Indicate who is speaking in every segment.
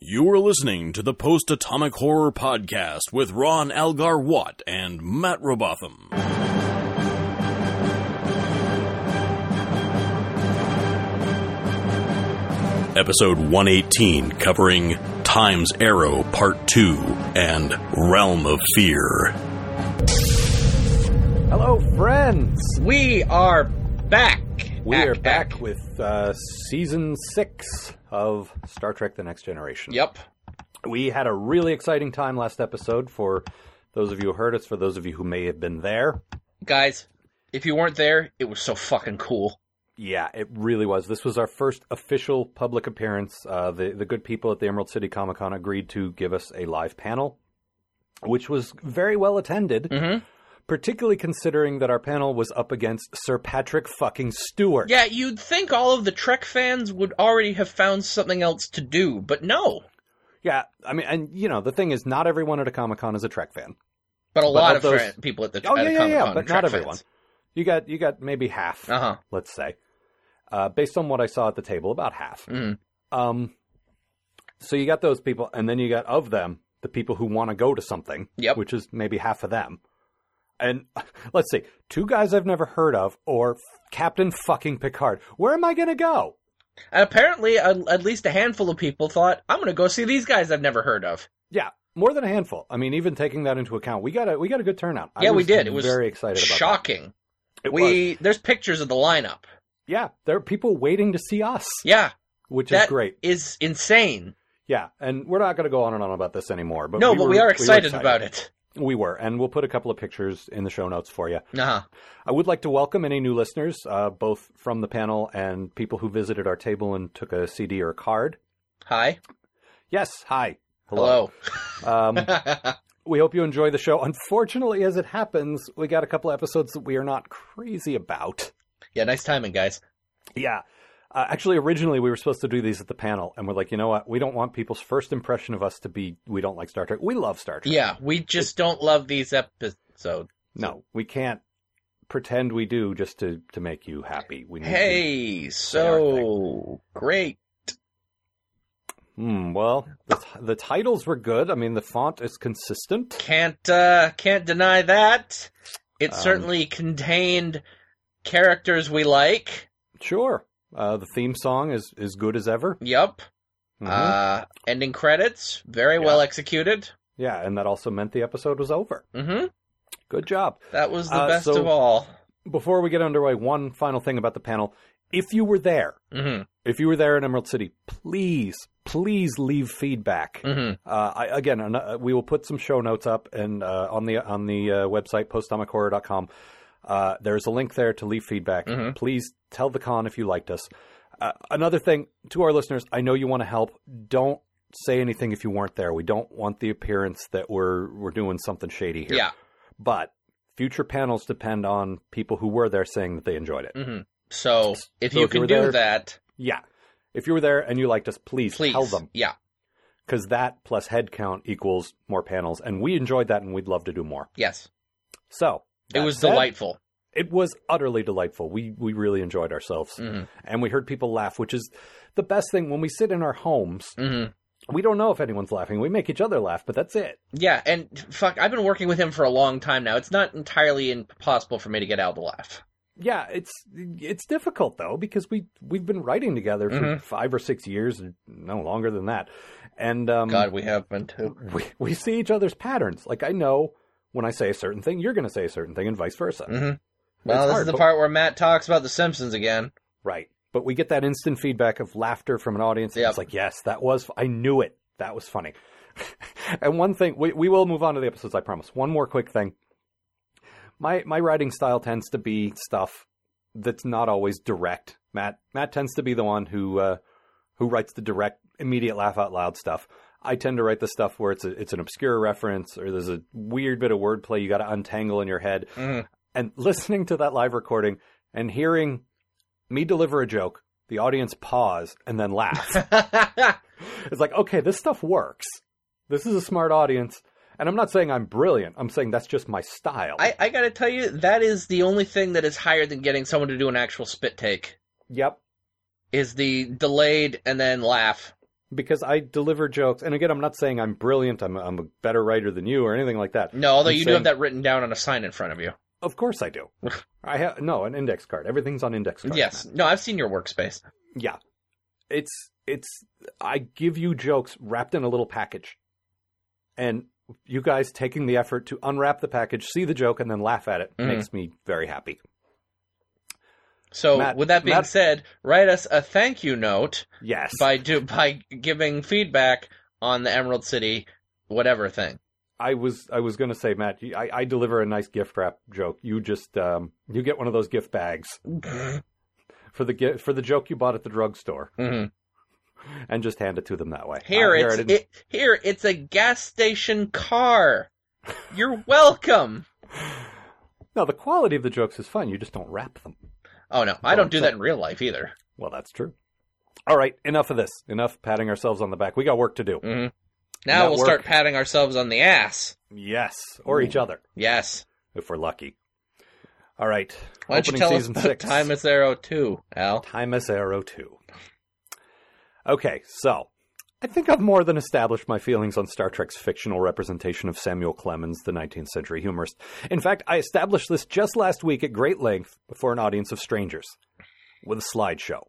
Speaker 1: You are listening to the Post Atomic Horror Podcast with Ron Algar Watt and Matt Robotham. Episode 118, covering Time's Arrow Part 2 and Realm of Fear.
Speaker 2: Hello, friends.
Speaker 3: We are back.
Speaker 2: We
Speaker 3: Ack,
Speaker 2: are back
Speaker 3: ack.
Speaker 2: with uh, season six of Star Trek: The Next Generation.
Speaker 3: Yep.
Speaker 2: We had a really exciting time last episode. For those of you who heard us, for those of you who may have been there,
Speaker 3: Guys, if you weren't there, it was so fucking cool.
Speaker 2: yeah, it really was. This was our first official public appearance. Uh, the the good people at the Emerald City Comic Con agreed to give us a live panel, which was very well attended. Particularly considering that our panel was up against Sir Patrick fucking Stewart.
Speaker 3: Yeah, you'd think all of the Trek fans would already have found something else to do, but no.
Speaker 2: Yeah, I mean, and you know, the thing is, not everyone at a Comic Con is a Trek fan.
Speaker 3: But a lot
Speaker 2: of
Speaker 3: of
Speaker 2: those-
Speaker 3: fran- people at the
Speaker 2: Oh yeah,
Speaker 3: at the
Speaker 2: yeah, yeah,
Speaker 3: Comic-Con
Speaker 2: but
Speaker 3: Trek
Speaker 2: not everyone.
Speaker 3: fans.
Speaker 2: You got you got maybe half,
Speaker 3: Uh-huh.
Speaker 2: let's say, uh, based on what I saw at the table, about half.
Speaker 3: Mm-hmm.
Speaker 2: Um, so you got those people, and then you got of them the people who want to go to something,
Speaker 3: Yep.
Speaker 2: which is maybe half of them. And let's see, two guys I've never heard of, or Captain fucking Picard. Where am I gonna go?
Speaker 3: And apparently, a, at least a handful of people thought, "I'm going to go see these guys I've never heard of."
Speaker 2: Yeah, more than a handful. I mean, even taking that into account, we got a we got a good turnout. I
Speaker 3: Yeah, we
Speaker 2: was
Speaker 3: did. It was
Speaker 2: very excited. About that.
Speaker 3: Shocking.
Speaker 2: It was.
Speaker 3: we there's pictures of the lineup.
Speaker 2: Yeah, there are people waiting to see us,
Speaker 3: Yeah,
Speaker 2: which is
Speaker 3: that
Speaker 2: great.
Speaker 3: is insane.
Speaker 2: Yeah, and we're not going to go on and on about this anymore. But
Speaker 3: no,
Speaker 2: we
Speaker 3: but
Speaker 2: were-
Speaker 3: we are
Speaker 2: were
Speaker 3: excited, about it.
Speaker 2: We were, and we'll put a couple of pictures in the show notes for you.
Speaker 3: Uh-huh.
Speaker 2: I would like to welcome any new listeners, uh, both from the panel and people who visited our table and took a CD or a card.
Speaker 3: Hi.
Speaker 2: Yes, hi.
Speaker 3: Hello.
Speaker 2: Um, we hope you enjoy the show. Unfortunately, as it happens, we got a couple episodes that we are not crazy about.
Speaker 3: yeah, nice timing, guys.
Speaker 2: Yeah. Uh, actually, originally we were supposed to do these at the panel, and we're like, you know what? We don't want people's first impression of us to be we don't like Star Trek. We love Star Trek.
Speaker 3: Yeah, we just don't love these episodes.
Speaker 2: No, we can't pretend we do just to to make you happy. We need to-
Speaker 3: Hey, so great.
Speaker 2: Hmm, well, the, t- the titles were good. I mean, the font is consistent.
Speaker 3: Can't uh can't deny that. It
Speaker 2: Um,
Speaker 3: certainly contained characters we like.
Speaker 2: Sure. Uh, the theme song is is good as ever.
Speaker 3: Yep.
Speaker 2: Mhm.
Speaker 3: Uh ending credits, very
Speaker 2: Yeah.
Speaker 3: well executed.
Speaker 2: yeah, and that also meant the episode was over.
Speaker 3: Mhm.
Speaker 2: Good job.
Speaker 3: That was the
Speaker 2: Uh,
Speaker 3: best
Speaker 2: so-
Speaker 3: of all.
Speaker 2: Before we get underway, one final thing about the panel. If you were there,
Speaker 3: Mhm.
Speaker 2: if you were there in Emerald City, please, please leave feedback.
Speaker 3: Mhm.
Speaker 2: Uh, I, again, an- uh, we will put some show notes up and uh, on the on the uh, website postatomichorror.com. Uh, there's a link there to leave feedback.
Speaker 3: Mhm.
Speaker 2: Please tell the con if you liked us. Uh, another thing to our listeners, I know you want to help. Don't say anything if you weren't there. We don't want the appearance that we're we're doing something shady here.
Speaker 3: Yeah.
Speaker 2: But future panels depend on people who were there saying that they enjoyed it.
Speaker 3: Mhm. So, if
Speaker 2: So
Speaker 3: you
Speaker 2: if you
Speaker 3: can
Speaker 2: were
Speaker 3: do
Speaker 2: there-
Speaker 3: that,
Speaker 2: Yeah. If you were there and you liked us, please,
Speaker 3: please.
Speaker 2: tell them
Speaker 3: Yeah.
Speaker 2: because that plus head count equals more panels, and we enjoyed that and we'd love to do more.
Speaker 3: Yes.
Speaker 2: So
Speaker 3: It
Speaker 2: that
Speaker 3: was
Speaker 2: said,
Speaker 3: delightful.
Speaker 2: It was utterly delightful. We we really enjoyed ourselves,
Speaker 3: Mhm.
Speaker 2: and we heard people laugh, which is the best thing. When we sit in our homes,
Speaker 3: Mhm.
Speaker 2: we don't know if anyone's laughing. We make each other laugh, but that's it.
Speaker 3: Yeah, and fuck, I've been working with him for a long time now. It's not entirely impossible for me to get Al to laugh.
Speaker 2: Yeah, it's it's difficult though because we we've been writing together for
Speaker 3: Mhm.
Speaker 2: five or six years, no longer than that, and um,
Speaker 3: God, we have been too.
Speaker 2: we we see each other's patterns. Like I know when I say a certain thing, you're going to say a certain thing, and vice versa.
Speaker 3: hmm Well, this
Speaker 2: hard,
Speaker 3: is the
Speaker 2: but-
Speaker 3: part where Matt talks about The Simpsons again.
Speaker 2: Right. But we get that instant feedback of laughter from an audience. and
Speaker 3: Yep.
Speaker 2: It's like, yes, that was, f- I knew it. That was funny. and one thing, we, we will move on to the episodes, I promise. One more quick thing. My, my writing style tends to be stuff that's not always direct. Matt, Matt tends to be the one who, uh, who writes the direct, immediate laugh out loud stuff. I tend to write the stuff where it's a, it's an obscure reference or there's a weird bit of wordplay you got to untangle in your head
Speaker 3: Mhm.
Speaker 2: and listening to that live recording and hearing me deliver a joke, the audience pause and then laugh. it's like, okay, this stuff works. This is a smart audience. And I'm not saying I'm brilliant. I'm saying that's just my style.
Speaker 3: I, I gotta tell you, that is the only thing that is higher than getting someone to do an actual spit take,
Speaker 2: yep.
Speaker 3: is the delayed and then laugh.
Speaker 2: because I deliver jokes. And again, I'm not saying I'm brilliant. I'm I'm a better writer than you or anything like that.
Speaker 3: No, although
Speaker 2: I'm
Speaker 3: you do
Speaker 2: saying-
Speaker 3: have that written down on a sign in front of you.
Speaker 2: Of course I do. I have no an index card. Everything's on index cards.
Speaker 3: yes. No, I've seen your workspace.
Speaker 2: Yeah. It's it's I give you jokes wrapped in a little package. And you guys taking the effort to unwrap the package, see the joke and then laugh at it
Speaker 3: Mhm.
Speaker 2: makes me very happy.
Speaker 3: So
Speaker 2: Matt-
Speaker 3: with that being
Speaker 2: Matt-
Speaker 3: said, write us a thank you note
Speaker 2: Yes.
Speaker 3: by do by giving feedback on the Emerald City whatever thing.
Speaker 2: I was I was going to say Matt, you- I, I deliver a nice gift wrap joke. You just um you get one of those gift bags for the gi- for the joke you bought at the drugstore
Speaker 3: Mhm.
Speaker 2: and just hand it to them that way.
Speaker 3: Here
Speaker 2: Uh,
Speaker 3: it's
Speaker 2: I didn't-
Speaker 3: it, here it's a gas station car. You're welcome.
Speaker 2: No, the quality of the jokes is fine. You just don't wrap them.
Speaker 3: Oh no, I don't do that in real life either.
Speaker 2: Well, that's true. All right, enough of this. Enough patting ourselves on the back. We got work to do.
Speaker 3: Mhm.
Speaker 2: That
Speaker 3: Now we'll start
Speaker 2: work.
Speaker 3: patting ourselves on the ass.
Speaker 2: Yes, or each other
Speaker 3: Yes.
Speaker 2: if we're lucky. All right.
Speaker 3: Why don't
Speaker 2: opening
Speaker 3: you tell us
Speaker 2: season
Speaker 3: about
Speaker 2: six.
Speaker 3: Time is Arrow 2, Al?
Speaker 2: Time is Arrow two. Okay, so I think I've more than established my feelings on Star Trek's fictional representation of Samuel Clemens, the 19th century humorist. In fact, I established this just last week at great length before an audience of strangers with a slideshow.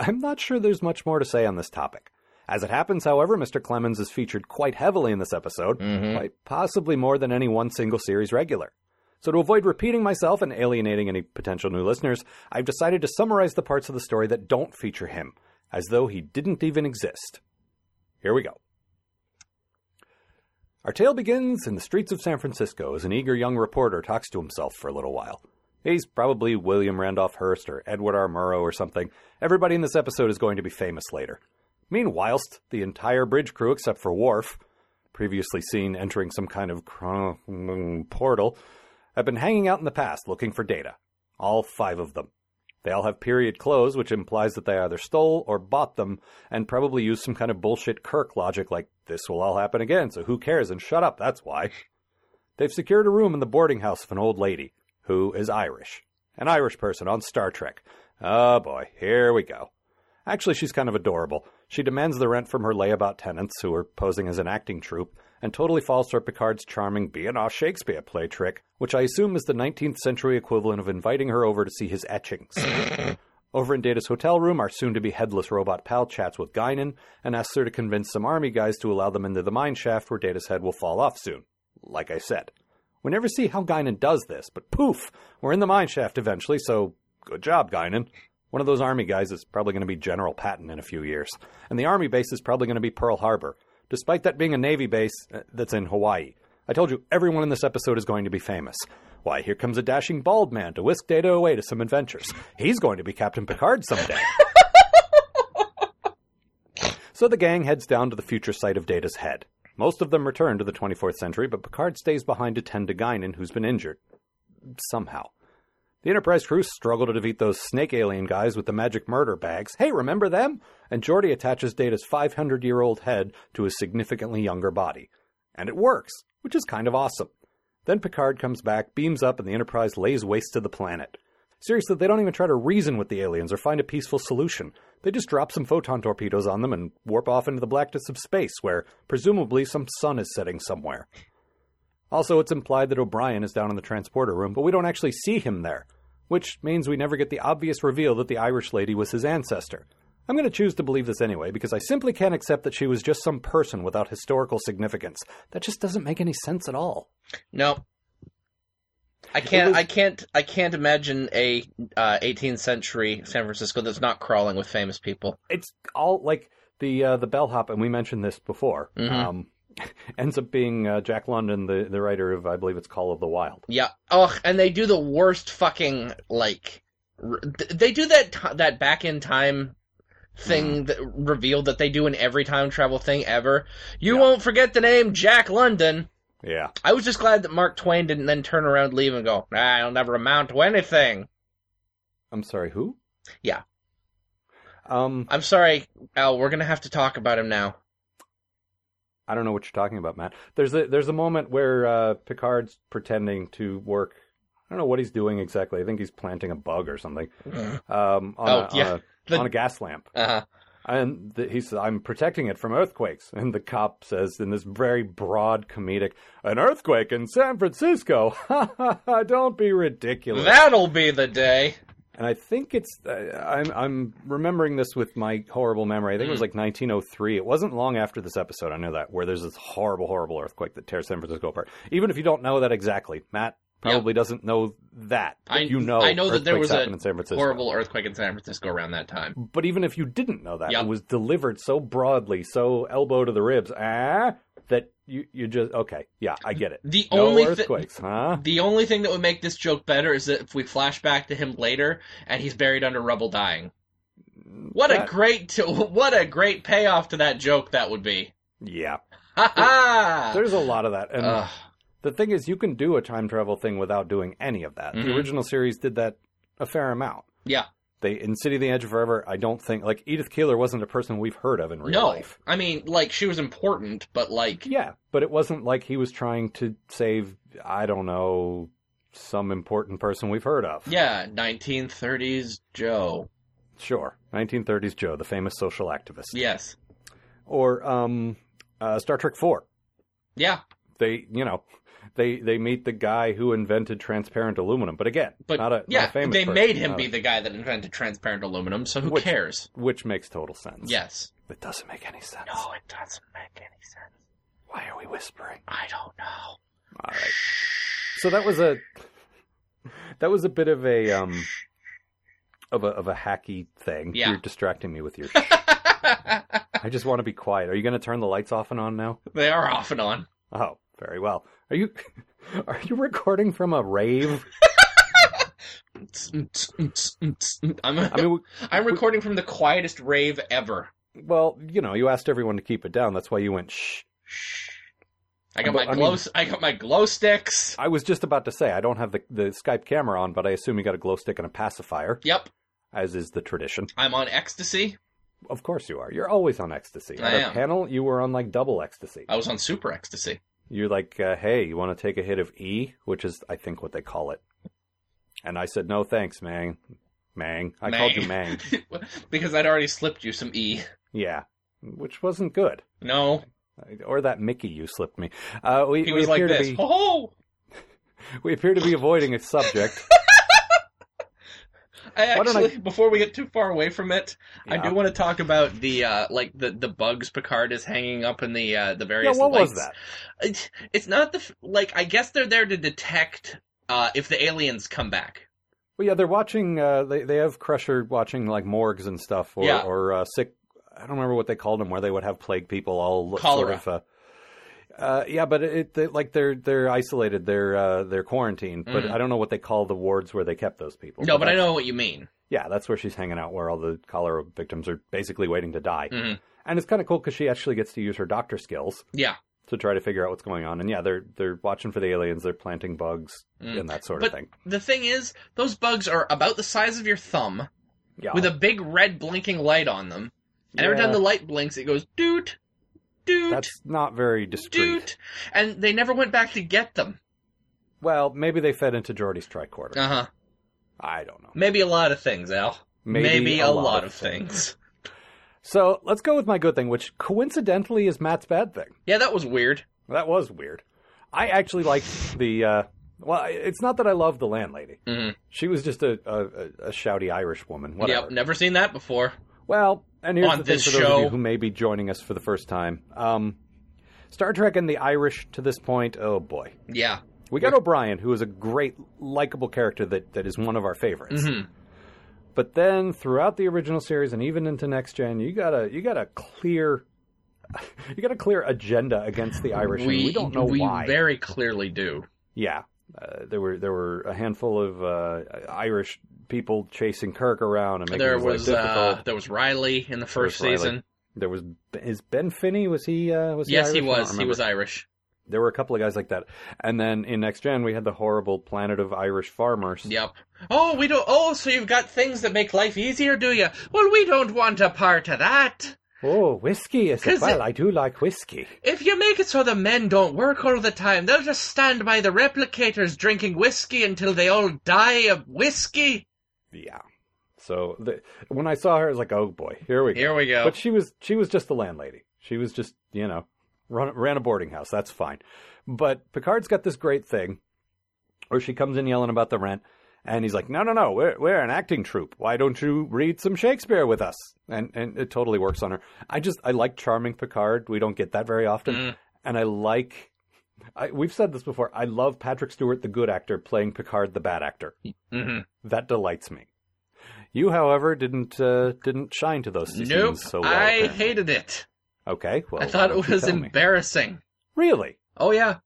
Speaker 2: I'm not sure there's much more to say on this topic. As it happens, however, Mr. Clemens is featured quite heavily in this episode,
Speaker 3: Mhm.
Speaker 2: quite possibly more than any one single series regular. So, to avoid repeating myself and alienating any potential new listeners, I've decided to summarize the parts of the story that don't feature him, as though he didn't even exist. Here we go. Our tale begins in the streets of San Francisco as an eager young reporter talks to himself for a little while. He's probably William Randolph Hearst or Edward R. Murrow or something. Everybody in this episode is going to be famous later. Meanwhilest, the entire bridge crew, except for Worf, previously seen entering some kind of chron- mm, portal, have been hanging out in the past looking for data. All five of them. They all have period clothes, which implies that they either stole or bought them, and probably used some kind of bullshit Kirk logic like, this will all happen again, so who cares and shut up, that's why. They've secured a room in the boarding house of an old lady, who is Irish. An Irish person on Star Trek. Oh boy, here we go. Actually, she's kind of adorable. She demands the rent from her layabout tenants, who are posing as an acting troupe, and totally falls for Picard's charming be an off Shakespeare play trick, which I assume is the 19th century equivalent of inviting her over to see his etchings. Over in Data's hotel room, our soon to be headless robot pal chats with Guinan and asks her to convince some army guys to allow them into the mine shaft where Data's head will fall off soon. Like I said. We never see how Guinan does this, but poof, we're in the mine shaft eventually, so good job, Guinan. One of those army guys is probably going to be General Patton in a few years, and the army base is probably going to be Pearl Harbor, despite that being a navy base uh, that's in Hawaii. I told you, everyone in this episode is going to be famous. Why, here comes a dashing bald man to whisk Data away to some adventures. He's going to be Captain Picard someday. so the gang heads down to the future site of Data's head. Most of them return to the 24th century, but Picard stays behind to tend to Guinan, who's been injured. Somehow. The Enterprise crew struggle to defeat those snake alien guys with the magic murder bags. Hey, remember them? And Geordi attaches Data's 500 year old head to his significantly younger body. And it works, which is kind of awesome. Then Picard comes back, beams up, and the Enterprise lays waste to the planet. Seriously, they don't even try to reason with the aliens or find a peaceful solution. They just drop some photon torpedoes on them and warp off into the blackness of space, where presumably some sun is setting somewhere. Also, it's implied that O'Brien is down in the transporter room, but we don't actually see him there, which means we never get the obvious reveal that the Irish lady was his ancestor. I'm going to choose to believe this anyway, because I simply can't accept that she was just some person without historical significance. That just doesn't make any sense at all.
Speaker 3: No. I can't.
Speaker 2: was-
Speaker 3: I can't. I can't imagine a uh, 18th century San Francisco that's not crawling with famous people.
Speaker 2: it's all like the uh, the bellhop, and we mentioned this before.
Speaker 3: Mhm.
Speaker 2: Um, ends up being uh, Jack London, the the writer of I believe it's Call of the Wild.
Speaker 3: Yeah. Ugh. And they do the worst fucking like. r- th- They do that t- that back in time thing that revealed that they do in every time travel thing ever. You won't forget the name Jack London.
Speaker 2: Yeah,
Speaker 3: I was just glad that Mark Twain didn't then turn around, leave, and go. "Ah, I'll never amount to anything.
Speaker 2: I'm sorry, who?
Speaker 3: Yeah.
Speaker 2: Um,
Speaker 3: I'm sorry, Al. We're gonna have to talk about him now.
Speaker 2: I don't know what you're talking about, Matt. There's a there's a moment where uh, Picard's pretending to work. I don't know what he's doing exactly. I think he's planting a bug or something. Um, on
Speaker 3: Oh,
Speaker 2: a,
Speaker 3: yeah.
Speaker 2: on, a
Speaker 3: The-
Speaker 2: on a gas lamp,
Speaker 3: Uh huh.
Speaker 2: And the, he says, I'm protecting it from earthquakes. And the cop says, in this very broad comedic, an earthquake in San Francisco? Ha ha ha, don't be ridiculous.
Speaker 3: That'll be the day.
Speaker 2: and I think it's, uh, I'm, I'm remembering this with my horrible memory. I think it was
Speaker 3: Mm.
Speaker 2: like 1903. It wasn't long after this episode, I know that, where there's this horrible, horrible earthquake that tears San Francisco apart. Even if you don't know that exactly, Matt probably doesn't know that. but
Speaker 3: I
Speaker 2: you know,
Speaker 3: I know that there
Speaker 2: earthquakes
Speaker 3: was a
Speaker 2: happen in San Francisco.
Speaker 3: horrible earthquake in San Francisco around that time.
Speaker 2: But even if you didn't know that,
Speaker 3: Yeah.
Speaker 2: it was delivered so broadly, so elbow to the ribs, ah, that you you just okay, yeah, I get it.
Speaker 3: The
Speaker 2: No
Speaker 3: only thi-
Speaker 2: earthquakes, huh?
Speaker 3: The only thing that would make this joke better is that if we flash back to him later and he's buried under rubble dying. What a
Speaker 2: That-
Speaker 3: great to, what a great payoff to that joke that would be.
Speaker 2: Yeah,
Speaker 3: Ha ha.
Speaker 2: there's a lot of that, and
Speaker 3: Ah. Ugh.
Speaker 2: the thing is, you can do a time travel thing without doing any of that. The
Speaker 3: Mhm.
Speaker 2: original series did that a fair amount.
Speaker 3: Yeah.
Speaker 2: They in City of the Edge of Forever, I don't think like Edith Keeler wasn't a person we've heard of in real
Speaker 3: No.
Speaker 2: life.
Speaker 3: I mean, like she was important, but like
Speaker 2: Yeah, but it wasn't like he was trying to save I don't know some important person we've heard of.
Speaker 3: yeah, 1930s Joe.
Speaker 2: Sure. 1930s Joe, the famous social activist.
Speaker 3: Yes.
Speaker 2: Or um, uh, Star Trek 4.
Speaker 3: Yeah,
Speaker 2: They, you know, they they meet the guy who invented transparent aluminum. But again,
Speaker 3: but
Speaker 2: not a,
Speaker 3: yeah,
Speaker 2: not a famous
Speaker 3: they
Speaker 2: person,
Speaker 3: made him
Speaker 2: not
Speaker 3: be
Speaker 2: a-
Speaker 3: the guy that invented transparent aluminum, so who
Speaker 2: Which-
Speaker 3: cares?
Speaker 2: which makes total sense.
Speaker 3: Yes.
Speaker 2: It doesn't make any sense.
Speaker 3: No, it doesn't make any sense.
Speaker 2: Why are we whispering?
Speaker 3: I don't know.
Speaker 2: All right. So that was a that was a bit of a um of a of a hacky thing.
Speaker 3: Yeah.
Speaker 2: You're distracting me with your I just want to be quiet. Are you going to turn the lights off and on now?
Speaker 3: they are off and on.
Speaker 2: Oh, very well. Are you are you recording from a rave?
Speaker 3: I'm,
Speaker 2: I mean,
Speaker 3: I'm recording from the quietest rave ever.
Speaker 2: we- well, you know, you asked everyone to keep it down. That's why you went shh.
Speaker 3: I got
Speaker 2: But,
Speaker 3: my
Speaker 2: I
Speaker 3: glow.
Speaker 2: mean-
Speaker 3: I got my glow sticks.
Speaker 2: I was just about to say I don't have the the Skype camera on, but I assume you got a glow stick and a pacifier,
Speaker 3: Yep,
Speaker 2: as is the tradition.
Speaker 3: I'm on ecstasy.
Speaker 2: Of course you are. You're always on ecstasy.
Speaker 3: I
Speaker 2: At a
Speaker 3: am.
Speaker 2: panel, you were on like double ecstasy.
Speaker 3: I was on super ecstasy.
Speaker 2: You're like, uh, hey, you want to take a hit of E, which is I think what they call it. And I said, no, thanks, Mang. Mang. I called you Mang.
Speaker 3: because I'd already slipped you some e.
Speaker 2: Yeah, which wasn't good.
Speaker 3: No,
Speaker 2: or that Mickey you slipped me. Uh, we,
Speaker 3: he
Speaker 2: we
Speaker 3: was like
Speaker 2: appear
Speaker 3: this.
Speaker 2: to be
Speaker 3: Oh,
Speaker 2: we appear to be avoiding a subject.
Speaker 3: I
Speaker 2: Why don't I-
Speaker 3: actually, before we get too far away from it, I
Speaker 2: Yeah.
Speaker 3: do want to talk about the uh, like the the bugs Picard is hanging up in the uh, the
Speaker 2: yeah,
Speaker 3: various.
Speaker 2: what was
Speaker 3: lights.
Speaker 2: that?
Speaker 3: It's, it's not the f- like. I guess they're there to detect uh, if the aliens come back.
Speaker 2: Well, yeah, they're watching. Uh, they they have Crusher watching like morgues and stuff, or
Speaker 3: Yeah.
Speaker 2: or uh, sick. I don't remember what they called them, where they would have plague people all look
Speaker 3: Cholera.
Speaker 2: sort of. Uh, uh, yeah, but it, they, like they're they're isolated, they're uh, they're quarantined. But
Speaker 3: Mhm.
Speaker 2: I don't know what they call the wards where they kept those people.
Speaker 3: No, but I
Speaker 2: that's-
Speaker 3: know what you mean.
Speaker 2: Yeah, that's where she's hanging out, where all the cholera victims are basically waiting to die.
Speaker 3: Mhm.
Speaker 2: And it's kind of cool because she actually gets to use her doctor skills.
Speaker 3: Yeah,
Speaker 2: to try to figure out what's going on. And yeah, they're they're watching for the aliens, they're planting bugs
Speaker 3: Mm.
Speaker 2: and that sort
Speaker 3: but
Speaker 2: of thing.
Speaker 3: the thing is, those bugs are about the size of your thumb
Speaker 2: Yeah.
Speaker 3: with a big red blinking light on them. And every
Speaker 2: Yeah.
Speaker 3: time the light blinks, it goes doot, doot,
Speaker 2: that's not very discreet.
Speaker 3: doot, and they never went back to get them.
Speaker 2: Well, maybe they fed into Geordie's tricorder.
Speaker 3: Uh huh.
Speaker 2: I don't know.
Speaker 3: Maybe a lot of things, Al. a, lot, of things.
Speaker 2: So let's go with my good thing, which coincidentally is Matt's bad thing.
Speaker 3: Yeah, that was weird.
Speaker 2: That was weird. I actually liked the. Uh, well, I- it's not that I love the landlady.
Speaker 3: Mhm.
Speaker 2: She was just a, a, a- a shouty Irish woman. Whatever.
Speaker 3: Yep, never seen that before.
Speaker 2: Well, and here's
Speaker 3: On
Speaker 2: the thing
Speaker 3: this
Speaker 2: for those of you
Speaker 3: show.
Speaker 2: who may be joining us for the first time. Um, Star Trek and the Irish to this point, oh boy.
Speaker 3: Yeah.
Speaker 2: We got O'Brien, who is a great, likable character that, that is one of our favorites.
Speaker 3: Mhm.
Speaker 2: But then throughout the original series and even into next gen, you got a you got a clear you got a clear agenda against the Irish. and
Speaker 3: we,
Speaker 2: we don't know
Speaker 3: we
Speaker 2: why.
Speaker 3: very clearly do.
Speaker 2: Yeah, uh, there were there were a handful of uh, Irish people chasing Kirk around and making
Speaker 3: there
Speaker 2: his life
Speaker 3: was
Speaker 2: difficult.
Speaker 3: uh, there was Riley in the first
Speaker 2: was Riley.
Speaker 3: season.
Speaker 2: there was is Ben Finney was he uh, was he
Speaker 3: yes,
Speaker 2: Irish? I
Speaker 3: he
Speaker 2: don't
Speaker 3: was. He
Speaker 2: remember.
Speaker 3: was Irish.
Speaker 2: There were a couple of guys like that, and then in next gen we had the horrible planet of Irish farmers.
Speaker 3: Yep. Oh, we don't. Oh, so you've got things that make life easier, do you? Well, we don't want a part of that.
Speaker 2: Oh, whiskey is
Speaker 3: 'Cause
Speaker 2: well.
Speaker 3: it-
Speaker 2: I do like whiskey.
Speaker 3: If you make it so the men don't work all the time, they'll just stand by the replicators drinking whiskey until they all die of whiskey.
Speaker 2: Yeah. So the, when I saw her, I was like, oh boy, here we go.
Speaker 3: Here we go.
Speaker 2: But she was she was just the landlady. She was just you know run, ran a boarding house. That's fine. But Picard's got this great thing, where she comes in yelling about the rent, and he's like, no no no, we're we're an acting troupe. Why don't you read some Shakespeare with us? And and it totally works on her. I just I like charming Picard. We don't get that very often,
Speaker 3: Mm.
Speaker 2: and I like. I, we've said this before. I love Patrick Stewart, the good actor, playing Picard, the bad actor.
Speaker 3: hmm
Speaker 2: That delights me. You, however, didn't uh, didn't shine to those scenes
Speaker 3: Nope.
Speaker 2: so well.
Speaker 3: I
Speaker 2: apparently.
Speaker 3: hated it.
Speaker 2: Okay, well,
Speaker 3: I thought
Speaker 2: why
Speaker 3: it
Speaker 2: don't you
Speaker 3: was
Speaker 2: tell me?
Speaker 3: embarrassing.
Speaker 2: Really?
Speaker 3: Oh yeah.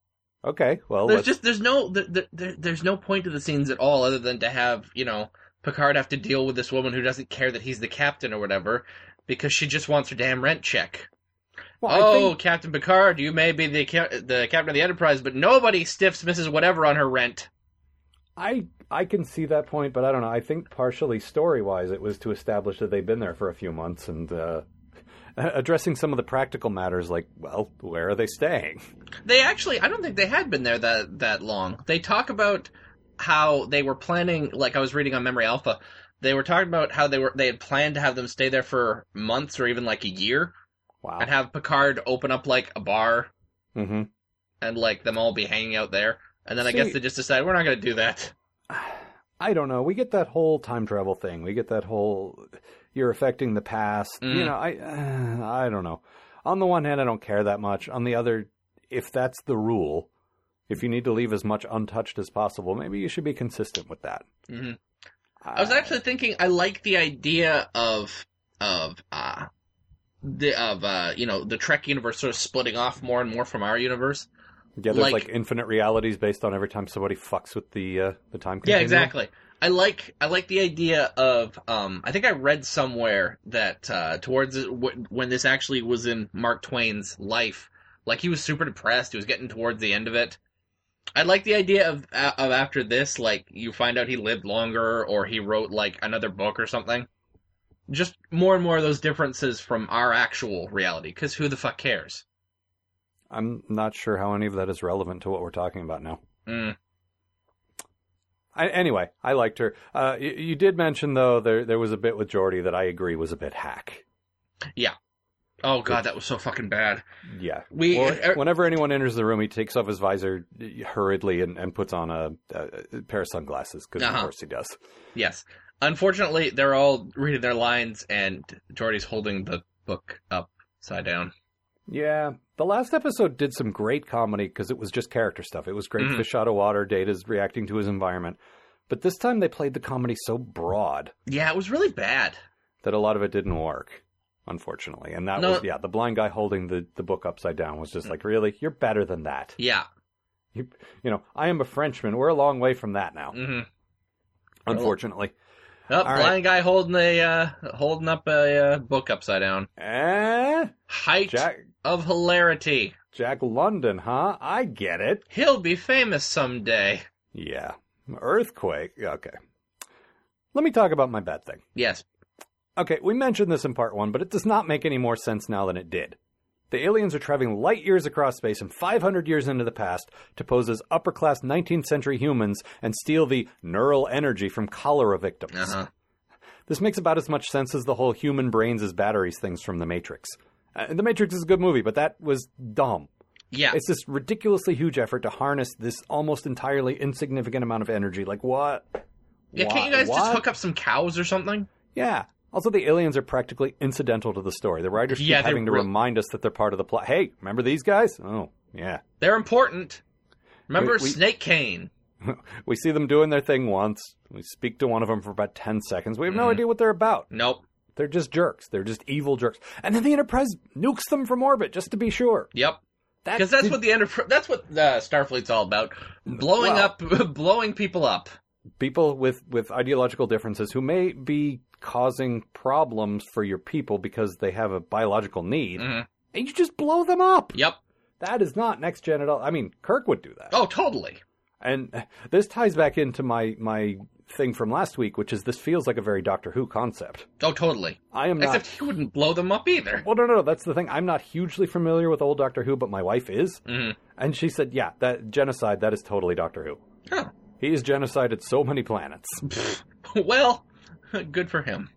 Speaker 2: Okay, well,
Speaker 3: there's
Speaker 2: Oh, let's-
Speaker 3: just there's no there, there- there, there's no point to the scenes at all other than to have you know Picard have to deal with this woman who doesn't care that he's the captain or whatever because she just wants her damn rent check.
Speaker 2: well, I
Speaker 3: oh,
Speaker 2: think-
Speaker 3: Captain Picard, you may be the ca- the captain of the Enterprise, but nobody stiffs Mrs. Whatever on her rent.
Speaker 2: I I can see that point, but I don't know. I think partially story wise, it was to establish that they've been there for a few months and uh, addressing some of the practical matters, like, well, where are they staying?
Speaker 3: They actually, I don't think they had been there that that long. They talk about how they were planning. Like I was reading on Memory Alpha, they were talking about how they were they had planned to have them stay there for months or even like a year,
Speaker 2: Wow.
Speaker 3: and have Picard open up like a bar
Speaker 2: hmm
Speaker 3: and like them all be hanging out there. And then I
Speaker 2: See-
Speaker 3: guess they just decided we're not going to do that.
Speaker 2: I don't know. We get that whole time travel thing. We get that whole you're affecting the past. You
Speaker 3: Mm.
Speaker 2: know, I uh, I don't know. On the one hand, I don't care that much. On the other, if that's the rule, if you need to leave as much untouched as possible, maybe you should be consistent with that.
Speaker 3: hmm I was actually thinking I like the idea of of uh the of uh you know the Trek universe sort of splitting off more and more from our universe.
Speaker 2: yeah. There's like,
Speaker 3: like-
Speaker 2: infinite realities based on every time somebody fucks with the uh, the time.
Speaker 3: Yeah,
Speaker 2: continuum.
Speaker 3: exactly. I like I like the idea of um I think I read somewhere that uh towards the- wh- when this actually was in Mark Twain's life, like he was super depressed. He was getting towards the end of it. I like the idea of uh, of after this, like you find out he lived longer or he wrote like another book or something. Just more and more of those differences from our actual reality, because who the fuck cares?
Speaker 2: I'm not sure how any of that is relevant to what we're talking about now.
Speaker 3: Mm.
Speaker 2: I, anyway, I liked her. Uh, you, you did mention though there there was a bit with Geordie that I agree was a bit hack.
Speaker 3: Oh god, that was so fucking bad.
Speaker 2: Yeah.
Speaker 3: We
Speaker 2: Well,
Speaker 3: er-
Speaker 2: whenever anyone enters the room, he takes off his visor hurriedly and, and puts on a, a pair of sunglasses because,
Speaker 3: Uh-huh.
Speaker 2: of course, he does.
Speaker 3: Yes. Unfortunately, they're all reading their lines, and Jordy's holding the book upside down.
Speaker 2: Yeah, the last episode did some great comedy because it was just character stuff. It was great
Speaker 3: Mhm.
Speaker 2: fish out of water. Data's reacting to his environment, but this time they played the comedy so broad
Speaker 3: Yeah, it was really bad.
Speaker 2: that a lot of it didn't work, unfortunately. And that
Speaker 3: No. Mm.
Speaker 2: was yeah, the blind guy holding the the book upside down was just like, really, you're better than that.
Speaker 3: Yeah.
Speaker 2: You, you know, I am a Frenchman. We're a long way from that now,
Speaker 3: hmm
Speaker 2: unfortunately.
Speaker 3: Oh,
Speaker 2: right.
Speaker 3: blind guy holding a uh, holding up a uh, book upside down.
Speaker 2: Eh,
Speaker 3: Height
Speaker 2: Jack.
Speaker 3: of hilarity.
Speaker 2: Jack London, huh? I get it.
Speaker 3: He'll be famous someday.
Speaker 2: Yeah. Earthquake. Yeah, Okay. Let me talk about my bad thing.
Speaker 3: Yes.
Speaker 2: Okay, we mentioned this in part one, but it does not make any more sense now than it did. The aliens are traveling light years across space and 500 years into the past to pose as upper class 19th century humans and steal the neural energy from cholera victims.
Speaker 3: Uh huh.
Speaker 2: This makes about as much sense as the whole human brains as batteries things from The Matrix. Uh, the Matrix is a good movie, but that was dumb.
Speaker 3: Yeah.
Speaker 2: It's this ridiculously huge effort to harness this almost entirely insignificant amount of energy. Like what?
Speaker 3: yeah.
Speaker 2: Why-
Speaker 3: Can't you guys just
Speaker 2: what?
Speaker 3: hook up some cows or something?
Speaker 2: Yeah. Also, the aliens are practically incidental to the story. The writers keep
Speaker 3: Yeah, they're
Speaker 2: having to
Speaker 3: real-
Speaker 2: remind us that they're part of the plot. Hey, remember these guys? Oh, yeah.
Speaker 3: They're important. Remember
Speaker 2: We- we-
Speaker 3: Snake Cane?
Speaker 2: We see them doing their thing once. We speak to one of them for about 10 seconds. We have no
Speaker 3: Mhm.
Speaker 2: idea what they're about.
Speaker 3: Nope.
Speaker 2: They're just jerks. They're just evil jerks. And then the Enterprise nukes them from orbit just to be sure.
Speaker 3: Yep.
Speaker 2: That
Speaker 3: Because that's
Speaker 2: did-
Speaker 3: what the Enterprise, that's what uh, Starfleet's all about, blowing
Speaker 2: Well-
Speaker 3: up, blowing people up.
Speaker 2: people with, with ideological differences who may be causing problems for your people because they have a biological need.
Speaker 3: Mhm.
Speaker 2: And you just blow them up.
Speaker 3: Yep.
Speaker 2: That is not next gen at all. I mean, Kirk would do that.
Speaker 3: Oh, totally.
Speaker 2: And this ties back into my my thing from last week, which is this feels like a very Doctor Who concept.
Speaker 3: Oh, totally.
Speaker 2: I am not.
Speaker 3: Except he wouldn't blow them up either.
Speaker 2: Well, no, no, no, that's the thing. I'm not hugely familiar with old Doctor Who, but my wife is,
Speaker 3: Mhm.
Speaker 2: and she said, "Yeah, that genocide. That is totally Doctor Who.
Speaker 3: Huh.
Speaker 2: He has genocided so many planets.
Speaker 3: Well, good for him.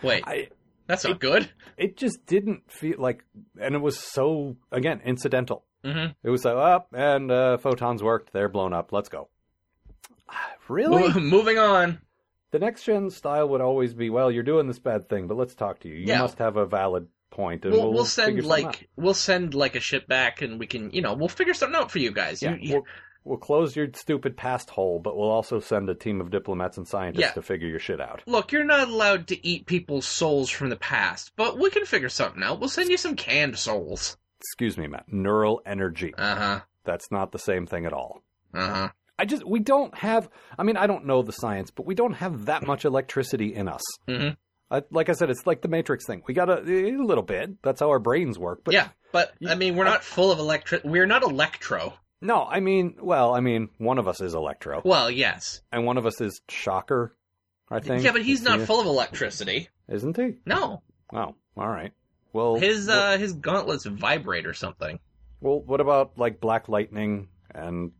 Speaker 3: Wait,
Speaker 2: I,
Speaker 3: that's not good.
Speaker 2: it just didn't feel like, and it was so again incidental.
Speaker 3: hmm
Speaker 2: It was so up and uh, photons worked. They're blown up. Let's go. Really?
Speaker 3: moving on.
Speaker 2: the next gen style would always be well, you're doing this bad thing, but let's talk to you. You
Speaker 3: Yeah.
Speaker 2: must have a valid point, and
Speaker 3: We'll,
Speaker 2: we'll,
Speaker 3: we'll,
Speaker 2: figure
Speaker 3: send
Speaker 2: something out.
Speaker 3: like we'll send like a ship back, and we can you know we'll figure something out for you guys.
Speaker 2: Yeah,
Speaker 3: You- you-
Speaker 2: We'll, we'll close your stupid past hole, but we'll also send a team of diplomats and scientists
Speaker 3: Yeah.
Speaker 2: to figure your shit out.
Speaker 3: look, you're not allowed to eat people's souls from the past, but we can figure something out. We'll send you some canned souls.
Speaker 2: Excuse me, Matt. Neural energy.
Speaker 3: Uh huh.
Speaker 2: That's not the same thing at all.
Speaker 3: Uh huh.
Speaker 2: I just we don't have. I mean, I don't know the science, but we don't have that much electricity in us.
Speaker 3: Mhm.
Speaker 2: I, like I said, it's like the Matrix thing. We got a, a little bit. That's how our brains work. But
Speaker 3: yeah, but
Speaker 2: you-
Speaker 3: I mean, we're not full of electric. We're not electro.
Speaker 2: no, I mean, well, I mean, one of us is Electro,
Speaker 3: Well, yes.
Speaker 2: and one of us is Shocker. I think.
Speaker 3: Yeah, but he's
Speaker 2: Is
Speaker 3: not
Speaker 2: he-
Speaker 3: full of electricity.
Speaker 2: Isn't he?
Speaker 3: No,
Speaker 2: Oh, all right. Well,
Speaker 3: his
Speaker 2: well-
Speaker 3: uh, his gauntlets vibrate or something.
Speaker 2: Well, what about like Black Lightning and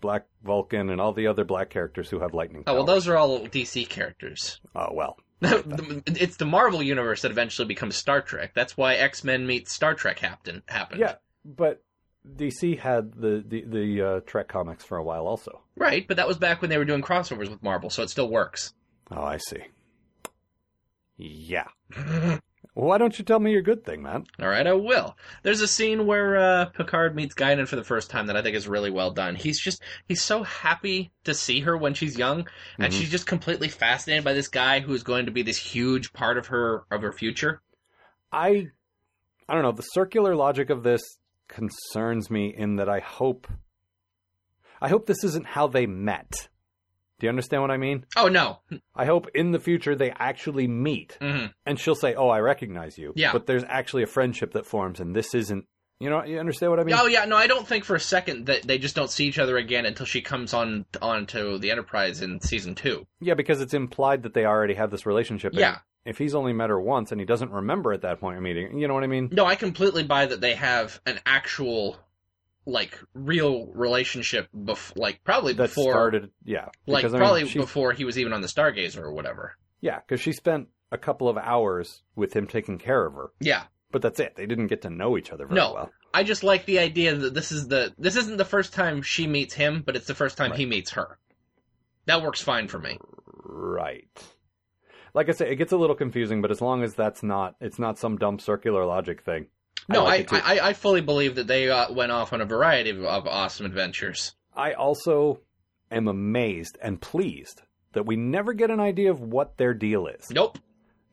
Speaker 2: Black Vulcan and all the other black characters who have lightning
Speaker 3: Oh well,
Speaker 2: powers?
Speaker 3: those are all DC characters.
Speaker 2: Oh well.
Speaker 3: it's the Marvel universe that eventually becomes Star Trek. That's why X Men meets Star Trek happened. Happened.
Speaker 2: Yeah, but DC had the the, the uh, Trek comics for a while also.
Speaker 3: Right, but that was back when they were doing crossovers with Marvel, so it still works.
Speaker 2: Oh, I see. Yeah. Why don't you tell me your good thing, man?
Speaker 3: All right, I will. There's a scene where uh, Picard meets Guinan for the first time that I think is really well done. He's just he's so happy to see her when she's young, and
Speaker 2: Mhm.
Speaker 3: she's just completely fascinated by this guy who is going to be this huge part of her of her future.
Speaker 2: I I don't know, the circular logic of this concerns me in that I hope I hope this isn't how they met. Do you understand what I mean?
Speaker 3: Oh no,
Speaker 2: I hope in the future they actually meet
Speaker 3: hmm
Speaker 2: and she'll say, "Oh, I recognize you."
Speaker 3: Yeah.
Speaker 2: But there's actually a friendship that forms, and this isn't. You know, you understand what I mean?
Speaker 3: oh yeah, no, I don't think for a second that they just don't see each other again until she comes on onto the Enterprise in season two.
Speaker 2: Yeah, because it's implied that they already have this relationship. and
Speaker 3: Yeah.
Speaker 2: If he's only met her once and he doesn't remember at that point of meeting, you know what I mean?
Speaker 3: No, I completely buy that they have an actual, like, real relationship. Bef- like probably
Speaker 2: That
Speaker 3: before
Speaker 2: started, yeah,
Speaker 3: like
Speaker 2: because I mean,
Speaker 3: probably
Speaker 2: she,
Speaker 3: before he was even on the Stargazer or whatever.
Speaker 2: yeah, because she spent a couple of hours with him taking care of her,
Speaker 3: Yeah,
Speaker 2: but that's it. They didn't get to know each other very
Speaker 3: No.
Speaker 2: well.
Speaker 3: I just like the idea that this is the this isn't the first time she meets him, but it's the first time he meets her. That works fine for me.
Speaker 2: Right. Like I say, it gets a little confusing, but as long as that's not, it's not some dumb circular logic thing.
Speaker 3: No,
Speaker 2: like
Speaker 3: I
Speaker 2: it too.
Speaker 3: I, I, I fully believe that they uh, went off on a variety of, of awesome adventures.
Speaker 2: I also am amazed and pleased that we never get an idea of what their deal is.
Speaker 3: Nope.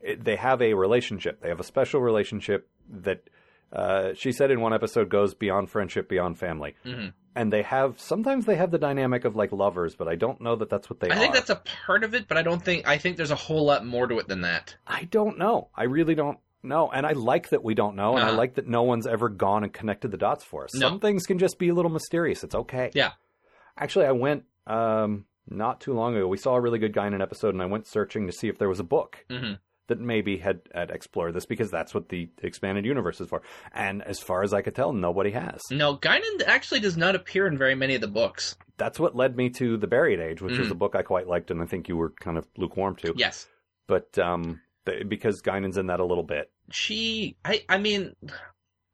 Speaker 2: It- They have a relationship. They have a special relationship that uh, she said in one episode goes beyond friendship, beyond family.
Speaker 3: Mhm.
Speaker 2: And they have sometimes they have the dynamic of like lovers, but I don't know that that's what they
Speaker 3: I
Speaker 2: are.
Speaker 3: think that's a part of it, but I don't think I think there's a whole lot more to it than that.
Speaker 2: I don't know. I really don't know. And I like that we don't know, and I
Speaker 3: Uh-huh.
Speaker 2: like that no one's ever gone and connected the dots for us.
Speaker 3: No.
Speaker 2: Some things can just be a little mysterious. It's okay.
Speaker 3: Yeah.
Speaker 2: Actually, I went um, not too long ago. We saw a really good guy in an episode, and I went searching to see if there was a book
Speaker 3: Mhm.
Speaker 2: that maybe had, had explored this because that's what the expanded universe is for. And as far as I could tell, nobody has.
Speaker 3: No, Guinan actually does not appear in very many of the books.
Speaker 2: That's what led me to The Buried Age, which is
Speaker 3: Mhm.
Speaker 2: a book I quite liked, and I think you were kind of lukewarm to.
Speaker 3: Yes.
Speaker 2: But um, th- because Guinan's in that a little bit.
Speaker 3: She I I mean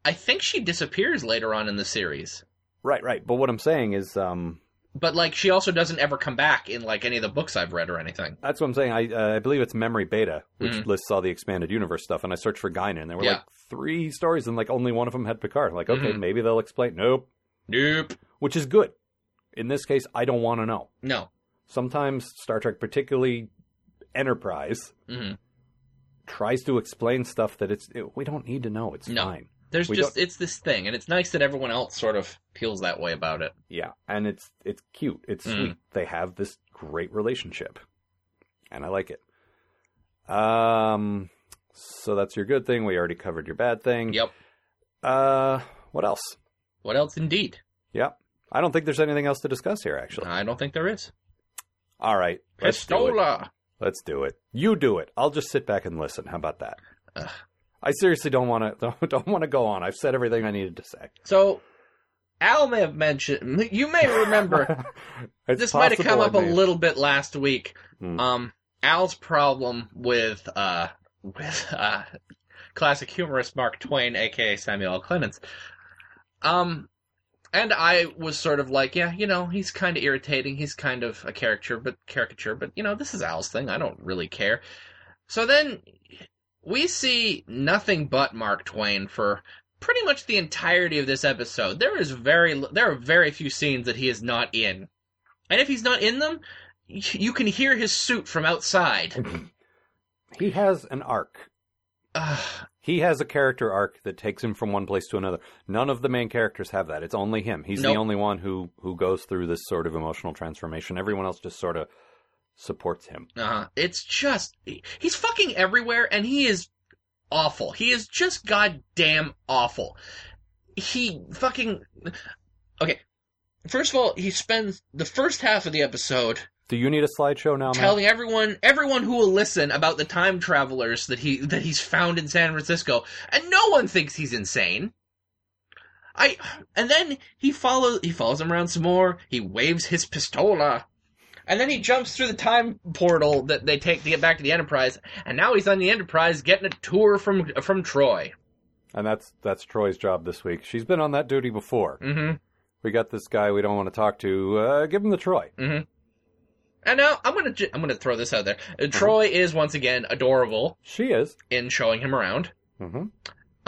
Speaker 3: I think she disappears later on in the series.
Speaker 2: Right, right. But what I'm saying is, um,
Speaker 3: But like she also doesn't ever come back in like any of the books I've read or anything.
Speaker 2: That's what I'm saying. I uh, I believe it's Memory Beta, which
Speaker 3: Mhm.
Speaker 2: lists all the expanded universe stuff, and I searched for Guinan, and there were
Speaker 3: Yeah.
Speaker 2: like three stories, and like only one of them had Picard. I'm like, okay,
Speaker 3: Mhm.
Speaker 2: maybe they'll explain. Nope,
Speaker 3: Nope.
Speaker 2: which is good. In this case, I don't want to know.
Speaker 3: No.
Speaker 2: Sometimes Star Trek, particularly Enterprise,
Speaker 3: hmm
Speaker 2: tries to explain stuff that it's it, we don't need to know. It's
Speaker 3: No.
Speaker 2: fine.
Speaker 3: There's
Speaker 2: We
Speaker 3: just it's this thing, and it's nice that everyone else sort of feels that way about it.
Speaker 2: Yeah, and it's it's cute. It's
Speaker 3: Mm.
Speaker 2: sweet. They have this great relationship, and I like it. Um, so that's your good thing. We already covered your bad thing.
Speaker 3: Yep.
Speaker 2: Uh, what else?
Speaker 3: What else indeed?
Speaker 2: Yep. I don't think there's anything else to discuss here, actually.
Speaker 3: I don't think there is.
Speaker 2: All right. Let's do it.
Speaker 3: Pistola.
Speaker 2: Let's do it. You do it. I'll just sit back and listen. How about that?
Speaker 3: Ugh.
Speaker 2: I seriously don't want to. Don't, don't want to go on. I've said everything I needed to say.
Speaker 3: So Al may have mentioned you may remember
Speaker 2: It's
Speaker 3: this might have
Speaker 2: possible
Speaker 3: come
Speaker 2: I
Speaker 3: up a
Speaker 2: may-
Speaker 3: little bit last week.
Speaker 2: Hmm.
Speaker 3: Um Al's problem with uh with uh classic humorist Mark Twain, aka Samuel L. Clemens. Um, and I was sort of like, yeah, you know, he's kind of irritating. He's kind of a caricature, but caricature, but you know, this is Al's thing. I don't really care. So then we see nothing but Mark Twain for pretty much the entirety of this episode. There is very li- there are very few scenes that he is not in, and if he's not in them, y- you can hear his suit from outside.
Speaker 2: He has an arc.
Speaker 3: Ugh.
Speaker 2: He has a character arc that takes him from one place to another. None of the main characters have that. It's only him. He's
Speaker 3: Nope.
Speaker 2: the only one who who goes through this sort of emotional transformation. Everyone else just sort of supports him.
Speaker 3: Uh-huh. It's just he- he's fucking everywhere and he is awful. He is just goddamn awful. He fucking Okay. First of all, he spends the first half of the episode
Speaker 2: Do you need a slideshow now, Matt?
Speaker 3: telling everyone everyone who will listen about the time travelers that he that he's found in San Francisco, and no one thinks he's insane. I and then he follows he follows him around some more. He waves his pistola, and then he jumps through the time portal that they take to get back to the Enterprise. And now he's on the Enterprise getting a tour from from Troy.
Speaker 2: And that's that's Troy's job this week. She's been on that duty before.
Speaker 3: hmm
Speaker 2: We got this guy we don't want to talk to. Uh, give him the Troy.
Speaker 3: And now I'm gonna ju- I'm gonna throw this out there. Uh, Troy is once again adorable
Speaker 2: She is.
Speaker 3: in showing him around.
Speaker 2: Mm-hmm.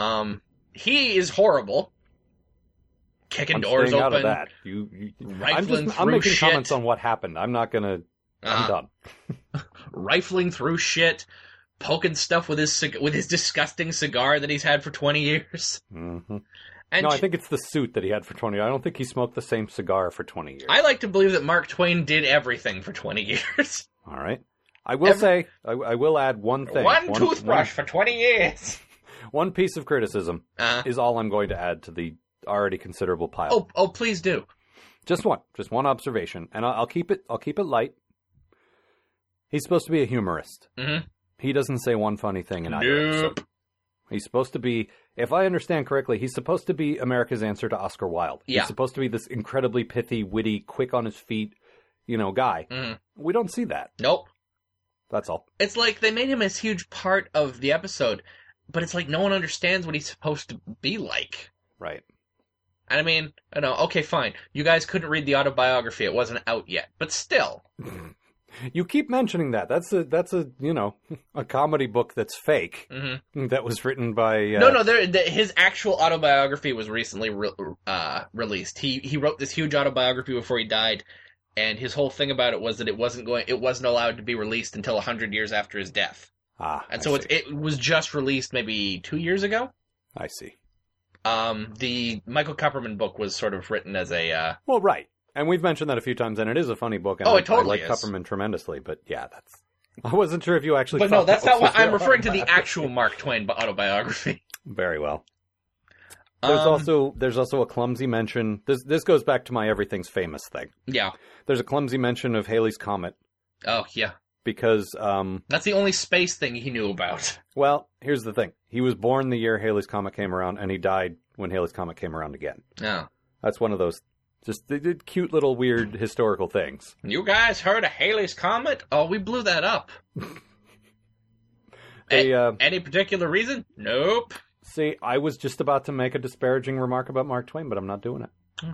Speaker 3: Um, he is horrible. Kicking
Speaker 2: I'm
Speaker 3: doors
Speaker 2: staying
Speaker 3: open.
Speaker 2: out of that. You, you- I'm
Speaker 3: Rifling
Speaker 2: just I'm
Speaker 3: through
Speaker 2: making
Speaker 3: shit.
Speaker 2: comments on what happened. I'm not gonna. I'm
Speaker 3: Uh,
Speaker 2: done.
Speaker 3: rifling through shit, poking stuff with his cig- with his disgusting cigar that he's had for twenty years.
Speaker 2: hmm
Speaker 3: And
Speaker 2: No, I
Speaker 3: j-
Speaker 2: think it's the suit that he had for 20. I don't think he smoked the same cigar for 20 years.
Speaker 3: I like to believe that Mark Twain did everything for twenty years.
Speaker 2: All right. I will
Speaker 3: Every-
Speaker 2: say, I, I will add one thing.
Speaker 3: one, toothbrush for twenty years.
Speaker 2: One, one piece of criticism
Speaker 3: Uh,
Speaker 2: is all I'm going to add to the already considerable pile.
Speaker 3: oh, oh, please do.
Speaker 2: Just one, just one observation, and I'll, I'll keep it. I'll keep it light. He's supposed to be a humorist.
Speaker 3: Mhm.
Speaker 2: He doesn't say one funny thing in either.
Speaker 3: Nope.
Speaker 2: episode. He's supposed to be, if I understand correctly, he's supposed to be America's answer to Oscar Wilde.
Speaker 3: Yeah.
Speaker 2: He's supposed to be this incredibly pithy, witty, quick on his feet, you know, guy.
Speaker 3: Mhm.
Speaker 2: We don't see that.
Speaker 3: Nope.
Speaker 2: That's all.
Speaker 3: It's like they made him this huge part of the episode, but it's like no one understands what he's supposed to be like.
Speaker 2: Right.
Speaker 3: And I mean, I know, okay, fine. You guys couldn't read the autobiography, it wasn't out yet. But still.
Speaker 2: You keep mentioning that. That's a that's a you know a comedy book that's fake
Speaker 3: hmm
Speaker 2: that was written by uh,
Speaker 3: No, no, there, the, his actual autobiography was recently re- uh, released. He he wrote this huge autobiography before he died, and his whole thing about it was that it wasn't going it wasn't allowed to be released until 100 years after his death.
Speaker 2: Ah,
Speaker 3: And
Speaker 2: I
Speaker 3: so
Speaker 2: see.
Speaker 3: it's, it was just released maybe 2 years ago.
Speaker 2: I see.
Speaker 3: Um the Michael Kupperman book was sort of written as a uh,
Speaker 2: Well, right. And we've mentioned that a few times, and it is a funny book. And
Speaker 3: Oh,
Speaker 2: I,
Speaker 3: it totally
Speaker 2: I like
Speaker 3: is.
Speaker 2: Kupperman tremendously, but yeah, that's. I wasn't sure if you actually.
Speaker 3: But no,
Speaker 2: thought
Speaker 3: that's
Speaker 2: that
Speaker 3: not
Speaker 2: was
Speaker 3: what
Speaker 2: his
Speaker 3: I'm
Speaker 2: real
Speaker 3: referring to the
Speaker 2: autobiography.
Speaker 3: actual Mark Twain autobiography.
Speaker 2: Very well. There's
Speaker 3: Um,
Speaker 2: also there's also a clumsy mention. This this goes back to my everything's famous thing.
Speaker 3: yeah.
Speaker 2: There's a clumsy mention of Haley's comet
Speaker 3: Oh, yeah.
Speaker 2: because um,
Speaker 3: That's the only space thing he knew about.
Speaker 2: Well, here's the thing. He was born the year Haley's Comet came around, and he died when Haley's Comet came around again.
Speaker 3: Oh.
Speaker 2: That's one of those just they did cute little weird historical things.
Speaker 3: You guys heard of Haley's Comet? Oh, we blew that up.
Speaker 2: They, uh,
Speaker 3: Any particular reason? Nope.
Speaker 2: see, I was just about to make a disparaging remark about Mark Twain, but I'm not doing it.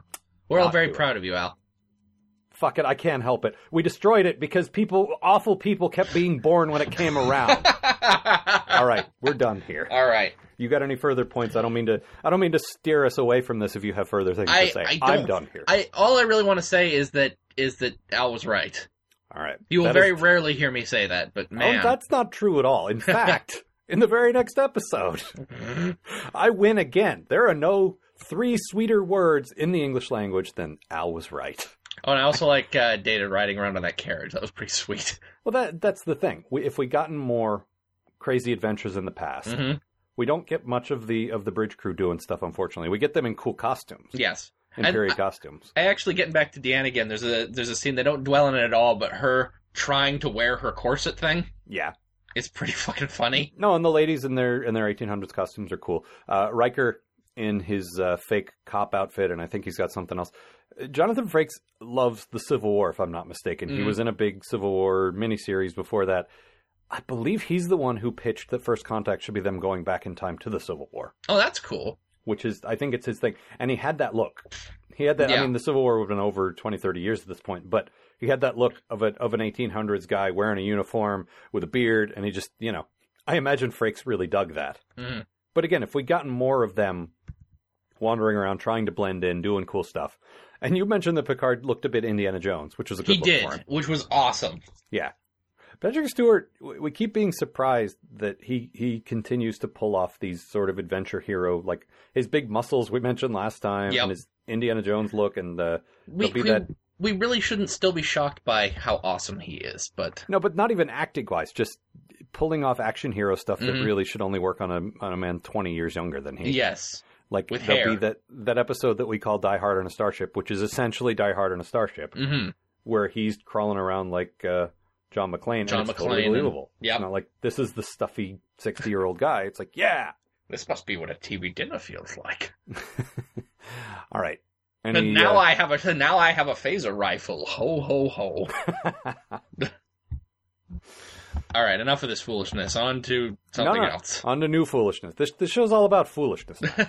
Speaker 3: We're all
Speaker 2: Not
Speaker 3: very
Speaker 2: doing
Speaker 3: proud of you, Al.
Speaker 2: Fuck it, I can't help it. We destroyed it because people, awful people, kept being born when it came around. All right, we're done here.
Speaker 3: All right.
Speaker 2: You got any further points? I don't mean to. I don't mean to steer us away from this. If you have further things
Speaker 3: I-
Speaker 2: to say,
Speaker 3: I don't-
Speaker 2: I'm done here.
Speaker 3: I all I really want to say is that is that Al was right.
Speaker 2: All right,
Speaker 3: You will
Speaker 2: That is
Speaker 3: very rarely hear me say that, but man,
Speaker 2: Oh, that's not true at all. In fact, in the very next episode,
Speaker 3: Mm-hmm.
Speaker 2: I win again. There are no three sweeter words in the English language than Al was right.
Speaker 3: oh, and I also like uh, Data riding around on that carriage. That was pretty sweet.
Speaker 2: Well, that that's the thing. We, if we gotten more crazy adventures in the past,
Speaker 3: hmm
Speaker 2: we don't get much of the of the bridge crew doing stuff. Unfortunately, we get them in cool costumes,
Speaker 3: Yes,
Speaker 2: in
Speaker 3: And
Speaker 2: period
Speaker 3: I-
Speaker 2: costumes.
Speaker 3: I actually getting back to Deanne again. There's a there's a scene they don't dwell on it at all, but her trying to wear her corset thing
Speaker 2: Yeah.
Speaker 3: is pretty fucking funny.
Speaker 2: No, and the ladies in their in their 1800s costumes are cool. Uh, Riker in his uh, fake cop outfit, and I think he's got something else. Uh, Jonathan Frakes loves the Civil War, if I'm not mistaken. He
Speaker 3: Mhm.
Speaker 2: was in a big Civil War miniseries before that. I believe he's the one who pitched that First Contact should be them going back in time to the Civil War,
Speaker 3: Oh, that's cool.
Speaker 2: which is, I think it's his thing. And he had that look. He had that, I
Speaker 3: Yeah.
Speaker 2: mean, the Civil War would have been over 20, 30 years at this point, but he had that look of, a, of an 1800s guy wearing a uniform with a beard, and he just, you know, I imagine Frakes really dug that.
Speaker 3: Mhm.
Speaker 2: But again, if we'd gotten more of them wandering around, trying to blend in, doing cool stuff. And you mentioned that Picard looked a bit Indiana Jones, which was a good
Speaker 3: He
Speaker 2: look
Speaker 3: did,
Speaker 2: for him.
Speaker 3: which was awesome.
Speaker 2: Yeah. Patrick Stewart, w- we keep being surprised that he, he continues to pull off these sort of adventure hero, like his big muscles we mentioned last time,
Speaker 3: Yep.
Speaker 2: and his Indiana Jones look, and the
Speaker 3: We
Speaker 2: There'll be
Speaker 3: we,
Speaker 2: that-
Speaker 3: we really shouldn't still be shocked by how awesome he is, but
Speaker 2: no, but not even acting wise, just pulling off action hero stuff that
Speaker 3: Mhm.
Speaker 2: really should only work on a on a man twenty years younger than he.
Speaker 3: yes,
Speaker 2: like
Speaker 3: with
Speaker 2: there'll
Speaker 3: hair.
Speaker 2: be that that episode that we call Die Hard on a Starship, which is essentially Die Hard on a Starship,
Speaker 3: hmm
Speaker 2: where he's crawling around like uh, John McClane.
Speaker 3: John
Speaker 2: and it's totally
Speaker 3: McClane and-
Speaker 2: believable.
Speaker 3: yeah.
Speaker 2: It's not like this is the stuffy sixty year old guy. It's like yeah,
Speaker 3: this must be what a TV dinner feels like.
Speaker 2: all right. And
Speaker 3: And
Speaker 2: he,
Speaker 3: now
Speaker 2: uh,
Speaker 3: I have a now I have a phaser rifle. Ho ho ho. All right, enough of this foolishness. On to something
Speaker 2: no, Uh, no,
Speaker 3: else.
Speaker 2: on to new foolishness. This this show's all about foolishness, now.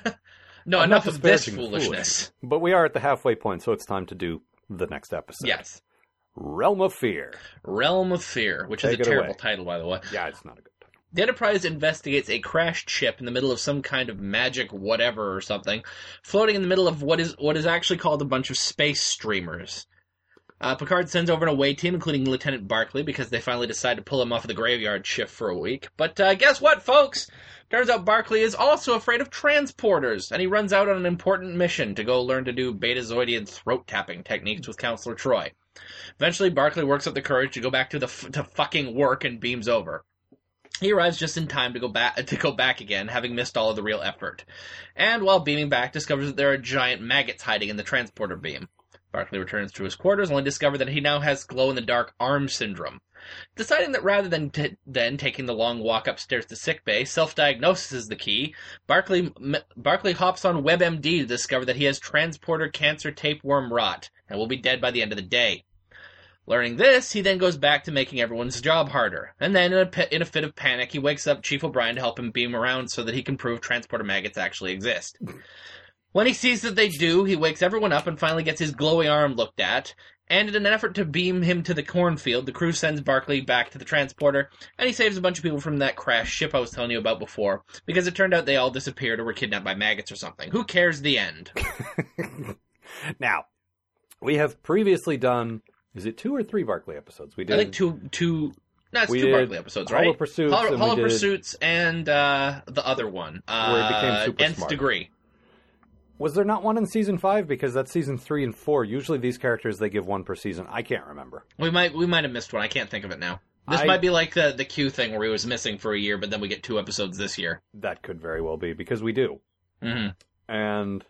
Speaker 3: No,
Speaker 2: I'm not
Speaker 3: enough of this
Speaker 2: disparaging
Speaker 3: foolishness.
Speaker 2: but we are at the halfway point, so it's time to do the next episode.
Speaker 3: Yes.
Speaker 2: Realm of Fear.
Speaker 3: Realm of Fear, which
Speaker 2: Take
Speaker 3: is
Speaker 2: it
Speaker 3: a terrible
Speaker 2: away.
Speaker 3: title, by the way.
Speaker 2: Yeah, it's not a good title.
Speaker 3: The Enterprise investigates a crashed ship in the middle of some kind of magic whatever or something, floating in the middle of what is what is actually called a bunch of space streamers. Uh, Picard sends over an away team, including Lieutenant Barclay, because they finally decide to pull him off of the graveyard shift for a week. But uh, guess what, folks? Turns out Barclay is also afraid of transporters, and he runs out on an important mission to go learn to do Betazoidian throat tapping techniques with Counselor Troy. Eventually, Barclay works up the courage to go back to the f- to fucking work and beams over. He arrives just in time to go back to go back again, having missed all of the real effort. And while beaming back, discovers that there are giant maggots hiding in the transporter beam. Barclay returns to his quarters, only to discover that he now has glow-in-the-dark arm syndrome. Deciding that rather than t- than taking the long walk upstairs to sickbay, self-diagnosis is the key. Barclay m- Barclay hops on WebMD to discover that he has transporter cancer tapeworm rot and will be dead by the end of the day. Learning this, he then goes back to making everyone's job harder. And then, in a, pe- in a fit of panic, he wakes up Chief O'Brien to help him beam around so that he can prove transporter maggots actually exist. When he sees that they do, he wakes everyone up and finally gets his glowy arm looked at. And in an effort to beam him to the cornfield, the crew sends Barclay back to the transporter, and he saves a bunch of people from that crash ship I was telling you about before, because it turned out they all disappeared or were kidnapped by maggots or something. Who cares the end?
Speaker 2: Now, we have previously done. Is it two or three Barclay episodes? We did.
Speaker 3: I think two, two, no, it's
Speaker 2: We
Speaker 3: two
Speaker 2: did
Speaker 3: Barclay episodes, right?
Speaker 2: Hollow Pursuits.
Speaker 3: Hollow,
Speaker 2: and
Speaker 3: Hollow
Speaker 2: we did-
Speaker 3: Pursuits and uh, the other one. Uh,
Speaker 2: Where he became super
Speaker 3: Nth
Speaker 2: smart.
Speaker 3: Degree.
Speaker 2: Was there not one in season five? Because that's season three and four. Usually these characters they give one per season. I can't remember.
Speaker 3: We might we might have missed one. I can't think of it now. This
Speaker 2: I-
Speaker 3: might be like the the Q thing where he was missing for a year, but then we get two episodes this year.
Speaker 2: That could very well be because we do.
Speaker 3: hmm
Speaker 2: And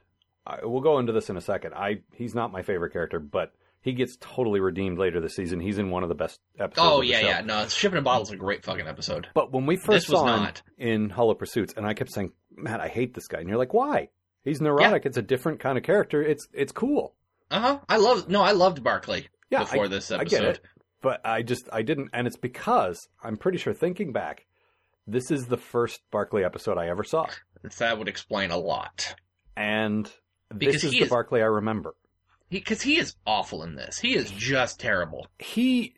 Speaker 2: I, we'll go into this in a second. I he's not my favorite character, but he gets totally redeemed later this season. He's in one of the best episodes.
Speaker 3: Oh
Speaker 2: of the
Speaker 3: yeah,
Speaker 2: show.
Speaker 3: yeah. No, Shipping a Bottle is a great fucking episode.
Speaker 2: But when we first
Speaker 3: This was
Speaker 2: saw him
Speaker 3: not.
Speaker 2: in Hollow Pursuits, and I kept saying, "Matt, I hate this guy," and you're like, "Why? He's neurotic. It's a different kind of character. It's it's cool."
Speaker 3: Uh huh. I love no, I loved Barclay
Speaker 2: Yeah,
Speaker 3: before
Speaker 2: I,
Speaker 3: this
Speaker 2: I
Speaker 3: episode.
Speaker 2: get it, but I just I didn't, and it's because I'm pretty sure thinking back, this is the first Barclay episode I ever saw,
Speaker 3: That would explain a lot.
Speaker 2: and
Speaker 3: Because
Speaker 2: this is
Speaker 3: he
Speaker 2: the
Speaker 3: is-
Speaker 2: Barclay I remember.
Speaker 3: Because he, is awful in this. He is just terrible.
Speaker 2: He